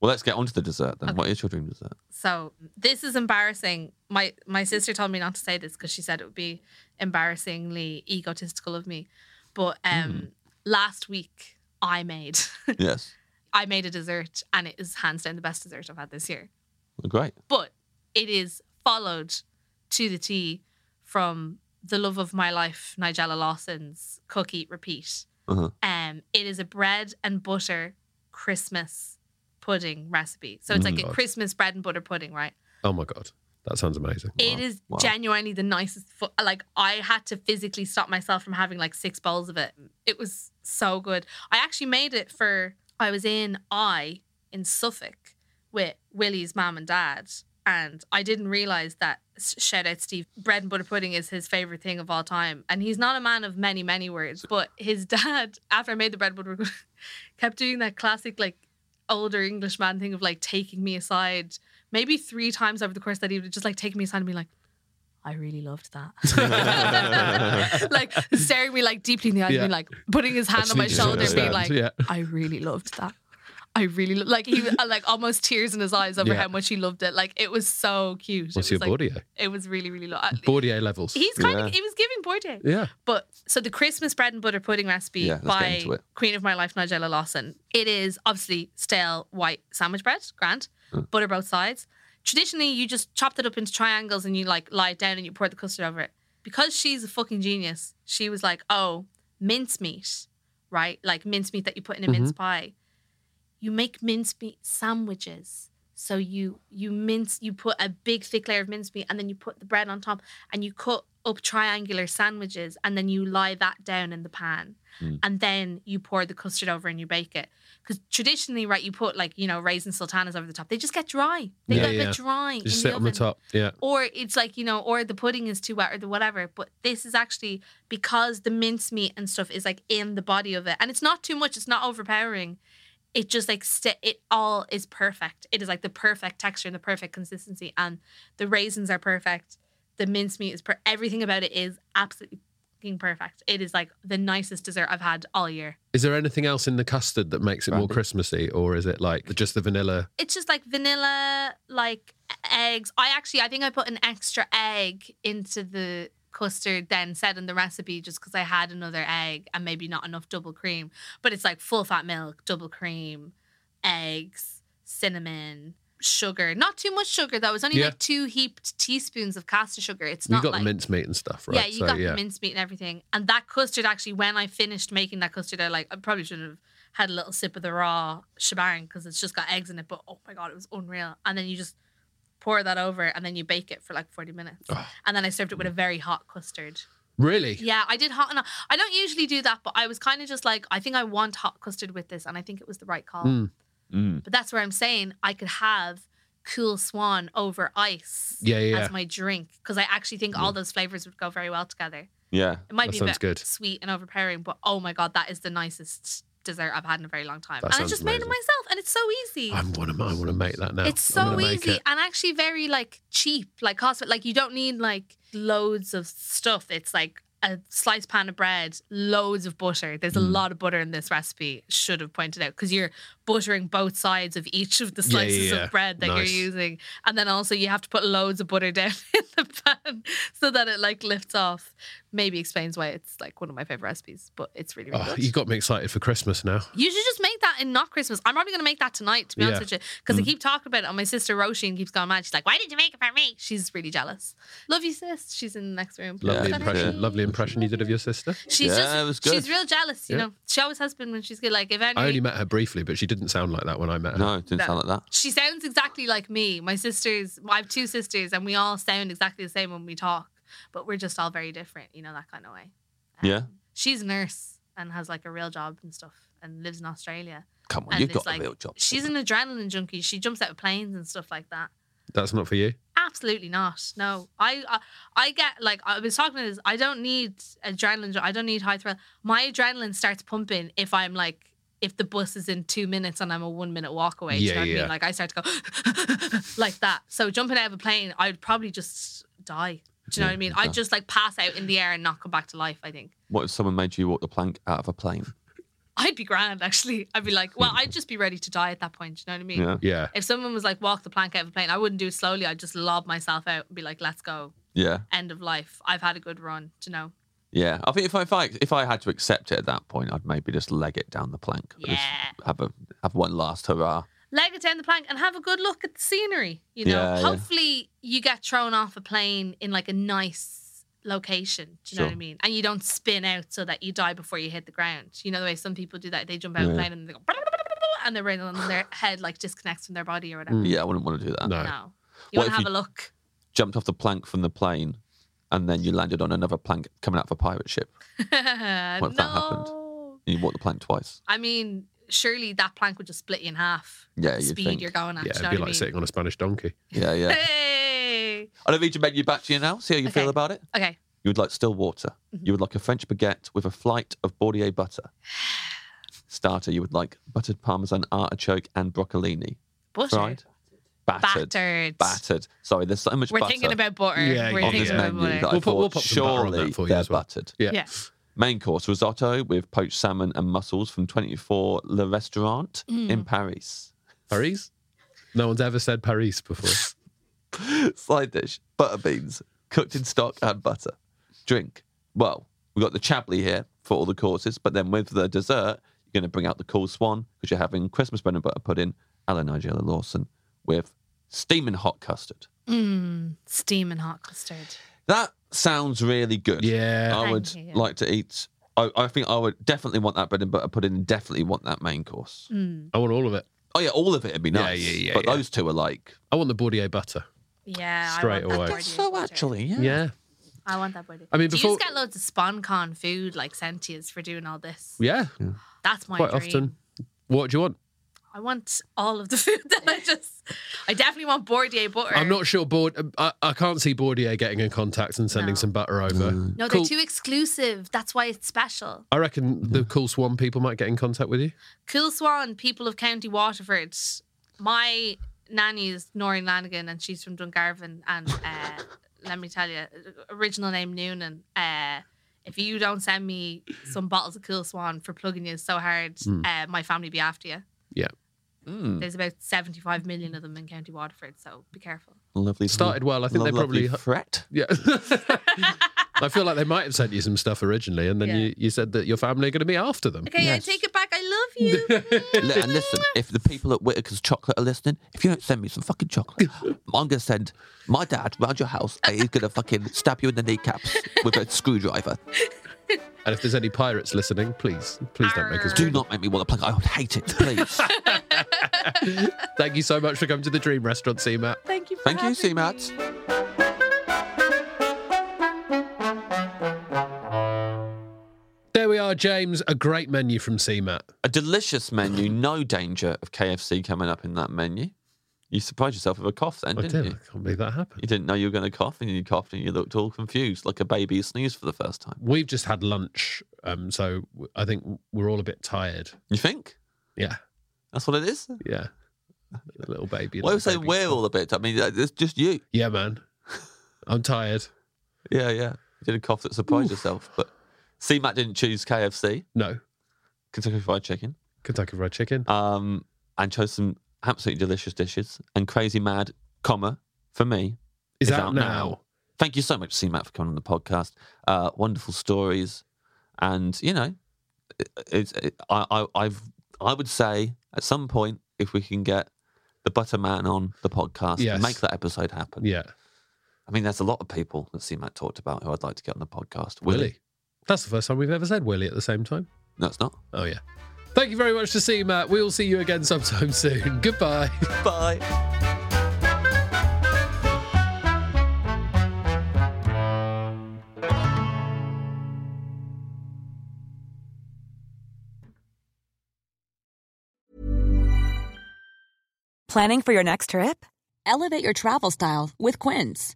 Well, let's get on to the dessert then. What is your dream dessert?
So this is embarrassing. My my sister told me not to say this because she said it would be embarrassingly egotistical of me. But um last week I made
Yes.
I made a dessert and it is hands down the best dessert I've had this year.
Well, great.
But it is followed to the T from the love of my life, Nigella Lawson's Cook Eat Repeat.
Uh-huh.
Um, it is a bread and butter Christmas pudding recipe. So it's like a
God.
Christmas bread and butter pudding, right?
Oh my God. That sounds amazing.
It is genuinely the nicest. Fu- like I had to physically stop myself from having like six bowls of it. It was so good. I actually made it for. I was in I in Suffolk with Willie's mum and dad, and I didn't realize that. s- Shout out Steve. Bread and butter pudding is his favorite thing of all time, and he's not a man of many many words. But his dad, after I made the bread and butter, pudding, kept doing that classic like older English man thing of like taking me aside maybe three times over the course that evening, just like taking me aside and being like, I really loved that. like staring me like deeply in the eye and
Yeah.
being like putting his hand
Like
on my
sneaking under
shoulder
the
and being like,
stand, yeah.
I really loved that. I really lo-. like he uh, like almost tears in his eyes over
Yeah.
how much he loved it. Like it was so cute. It
What's
was
your
like,
Bordier?
It was really really lo- I-
Bordier levels.
He's kind
Yeah.
of he was giving Bourdain.
yeah.
But so the Christmas bread and butter pudding recipe
Yeah, let's get
by
into it.
Queen of My Life, Nigella Lawson. It is obviously stale white sandwich bread, grand, butter both sides. Traditionally, you just chopped it up into triangles and you like lie it down and you pour the custard over it. Because she's a fucking genius, she was
Mm-hmm.
like, oh, mincemeat, right? Like mincemeat that you put in a mince pie. you make mincemeat sandwiches. So you you mince you put a big thick layer of mincemeat and then you put the bread on top and you cut up triangular sandwiches and then you lie that down in the pan
Mm.
and then you pour the custard over and you bake it because traditionally right you put like you know raisin sultanas over the top they just get dry they
Yeah,
get
yeah.
get dry in
Just sit
the
on the
oven
top. Yeah.
or it's like you know or the pudding is too wet or the whatever but this is actually because the mincemeat and stuff is like in the body of it and it's not too much it's not overpowering it just like st- it all is perfect it is like the perfect texture and the perfect consistency and the raisins are perfect the mincemeat is per- everything about it is absolutely fucking perfect it is like the nicest dessert i've had all year
Is there anything else in the custard that makes it more
Brandy?
Christmassy, or is it like just the vanilla?
it's just like vanilla, like e-, eggs. I actually, I think I put an extra egg into the custard then said in the recipe just because I had another egg and maybe not enough double cream. But it's like full fat milk, double cream, eggs, cinnamon, sugar. Not too much sugar though. It's only
Yeah.
like two heaped teaspoons of caster sugar. It's
You
not
got
like
the mincemeat and stuff, right?
yeah, you got the mincemeat and everything. And that custard, actually, when I finished making that custard, I like I probably should have had a little sip of the raw shebang because it's just got eggs in it. But oh my god, it was unreal. And then you just pour that over, and then you bake it for like forty minutes. And then I served it
Mm.
with a very hot custard.
Really?
Yeah, I did hot enough. I don't usually do that, but I was kind of just like, I think I want hot custard with this, and I think it was the right call.
Mm.
But that's where I'm saying I could have cool swan over ice
Yeah, yeah, yeah.
as my drink because I actually think all those flavors would go very well together.
Yeah.
It might
That
be a
sounds
bit
good.
sweet and overpowering, but oh my god, that is the nicest dessert I've had in a very long time.
That
and I
sounds
just made it
amazing.
myself, and it's so easy.
I'm gonna, I want to make that now.
it's
I'm
so
gonna make
easy
it.
and actually very like cheap, like cost. Like you don't need like loads of stuff. It's like a slice pan of bread, loads of butter. There's a
Mm.
lot of butter in this recipe. Should have pointed out because you're buttering both sides of each of the
Yeah, yeah,
slices
yeah.
of bread that
Nice.
you're using, and then also you have to put loads of butter down in the pan so that it like lifts off. Maybe explains why it's like one of my favorite recipes, but it's really really
Oh,
good.
you got me excited for Christmas now.
You should just make that in not Christmas. I'm probably gonna make that tonight, to be
Yeah. Mm.
honest with you, because I keep talking about it. And my sister Roisin keeps going mad. She's like, "Why did you make it for me?" She's really jealous. Love you, sis. She's in the next room.
Lovely
Yeah.
impression.
Yeah.
Lovely impression you did of your sister.
She's
Yeah,
just.
it was good.
She's real jealous. You
Yeah.
know, she always has been when she's good. Like if any.
I only met her briefly, but she didn't sound like that when I met her.
No, it didn't
No.
sound like
she sounds exactly like me. My sisters, I have two sisters, and we all sound exactly the same when we talk, but we're just all very different, you know, that kind of way. Um,
Yeah.
She's a nurse and has like a real job and stuff and lives in Australia.
Come on,
and
you've
is,
got a
like,
real job.
She's an adrenaline junkie. She jumps out of planes and stuff like that.
That's not for you.
Absolutely not. No, I, I, I get like I was talking to this. I don't need adrenaline. I don't need high thrill. My adrenaline starts pumping if I'm like if the bus is in two minutes and I'm a one minute walk away. do you
Yeah,
know what I
yeah.
mean? Like I start to go like that. So jumping out of a plane, I'd probably just die. Do you know what I mean? I'd just like pass out in the air and not come back to life. I think.
What if someone made you walk the plank out of a plane?
I'd be grand actually. I'd be like, well, I'd just be ready to die at that point. Do you know what I mean?
Yeah.
Yeah.
If someone was like, walk the plank out of a plane, I wouldn't do it slowly. I'd just lob myself out and be like, let's go.
Yeah.
End of life. I've had a good run, do you know?
Yeah. I think if I, if I if I had to accept it at that point, I'd maybe just leg it down the plank. Just
Yeah.
have a have one last hurrah.
Leg it down the plank and have a good look at the scenery, you know?
Yeah, yeah.
Hopefully you get thrown off a plane in like a nice location, do you know
Sure.
what I mean? And you don't spin out so that you die before you hit the ground. You know the way some people do that? They jump out of a
Yeah.
plane and they go, and their brain on their head like disconnects from their body or whatever.
Yeah, I wouldn't want to do that.
No.
Hmm. No. You
Mm. What
want to
if
have
you-
a look.
Jumped off the plank from the plane and then you landed on another plank coming out of a pirate ship.
no.
if that happened? You walked the plank twice.
I mean, surely that plank would just split you in half.
Yeah,
The
you'd
speed
think.
you're going at.
Yeah,
do you
it'd
know
be
what I
like
mean?
sitting on a Spanish donkey.
Yeah, yeah.
Hey.
I don't need to menu back to you now. See how you
Okay. Mm-hmm.
feel about it.
Okay.
You would like still water. You would like a French baguette with a flight of Bordier butter. Starter, you would like buttered parmesan, artichoke, and broccolini.
Butter.
Fried? Battered.
Battered.
Battered. Sorry, there's so much
We're
butter
thinking about butter.
Yeah,
We're
yeah,
on
thinking
this
yeah.
about
menu that
butter.
I
We'll put-
thought
we'll pop some butter on
surely
that for you
they're
as well.
buttered.
Yeah.
Yeah.
Main course risotto with poached salmon and mussels from 24 Le Restaurant
Hmm.
in Paris.
Paris? No one's ever said Paris before.
Side dish, butter beans, cooked in stock and butter. Drink. Well, we got the Chablis here for all the courses, but then with the dessert, you're going to bring out the cool swan because you're having Christmas bread and butter pudding, a la Nigella Lawson, with steaming hot custard.
Mm, steam and hot custard.
That sounds really good.
Yeah.
I
Thank
would
you.
like to eat. I, I think I would definitely want that bread and butter pudding. Definitely want that main course.
Mm.
I want all of it.
Oh yeah, all of it would be
Yeah,
nice.
yeah, yeah,
but
yeah.
those two are like
I want the Bordeaux butter.
Yeah,
Straight
I want That
away. That's
Bordeaux
so
butter.
actually, yeah.
Yeah.
I want that Bordeaux.
I mean,
do
before-
you just get loads of SponCon food like sent to yous for doing all this?
Yeah.
That's my
Quite
dream.
often. What do you want?
I want all of the food that I just. I definitely want Bordeaux butter.
I'm not sure. Board. I, I can't see Bordier getting in contact and sending
No.
some butter over.
No,
Cool.
they're too exclusive. That's why it's special.
I reckon the cool swan people might get in contact with you.
Cool Swan, people of County Waterford. My nanny is Noreen Lanigan, and she's from Dungarvan. And uh, let me tell you, original name Noonan. Uh, if you don't send me some bottles of Cool Swan for plugging you so hard, uh, my family be after you.
Yeah.
Mm,
There's about 75 million of them in County Waterford, so be careful.
Lovely.
Started well. I think
lo-
they
lovely
probably.
threat.
Yeah. I feel like they might have sent you some stuff originally, and then
Yeah.
you, you said that your family are going to be after them.
Okay,
Yes.
I take it back. I love you.
Li- and listen, if the people at Whitaker's Chocolate are listening, if you don't send me some fucking chocolate, I'm gonna send my dad round your house and he's gonna fucking stab you in the kneecaps with a screwdriver.
And if there's any pirates listening, please, please don't make us
Arr.
Do not make me want to plug. I would hate it, please.
Thank you so much for coming to the Dream Restaurant, CMAT.
Thank you for
Thank you,
having me.
CMAT.
There we are, James. A great menu from CMAT.
A delicious menu, no danger of KFC coming up in that menu. You surprised yourself with a cough then,
I
didn't
did.
you?
I can't believe that happened.
You didn't know you were going to cough, and you coughed, and you looked all confused, like a baby who sneezed for the first time.
We've just had lunch, um, so w- I think we're all a bit tired.
You think
Yeah,
that's what it is?
yeah. A little baby.
Why
little
would say
baby
we're
cough.
all a bit? I mean, uh, it's just you.
Yeah, man. I'm tired.
Yeah, yeah. You did a cough that surprised yourself, but C Matt didn't choose KFC,
No,
Kentucky Fried Chicken,
Kentucky Fried Chicken.
um, and chose some absolutely delicious dishes and crazy mad, comma for me
Is
it's
out
out
now.
now. Thank you so much, C Matt, for coming on the podcast. Uh, wonderful stories, and you know, it- it's it, I, I I've I would say at some point if we can get the Butterman on the podcast,
Yes.
make that episode happen.
Yeah,
I mean, there's a lot of people that C Matt talked about who I'd like to get on the podcast.
Willie. That's the first time we've ever said Willie at the same time.
No, it's not.
Oh yeah. Thank you very much to see you, Matt. We will see you again sometime soon. Goodbye.
Bye.
Planning for your next trip? Elevate your travel style with Quince.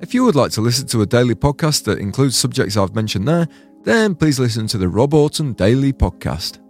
If you would like to listen to a daily podcast that includes subjects I've mentioned there, then please listen to the Rob Orton Daily Podcast.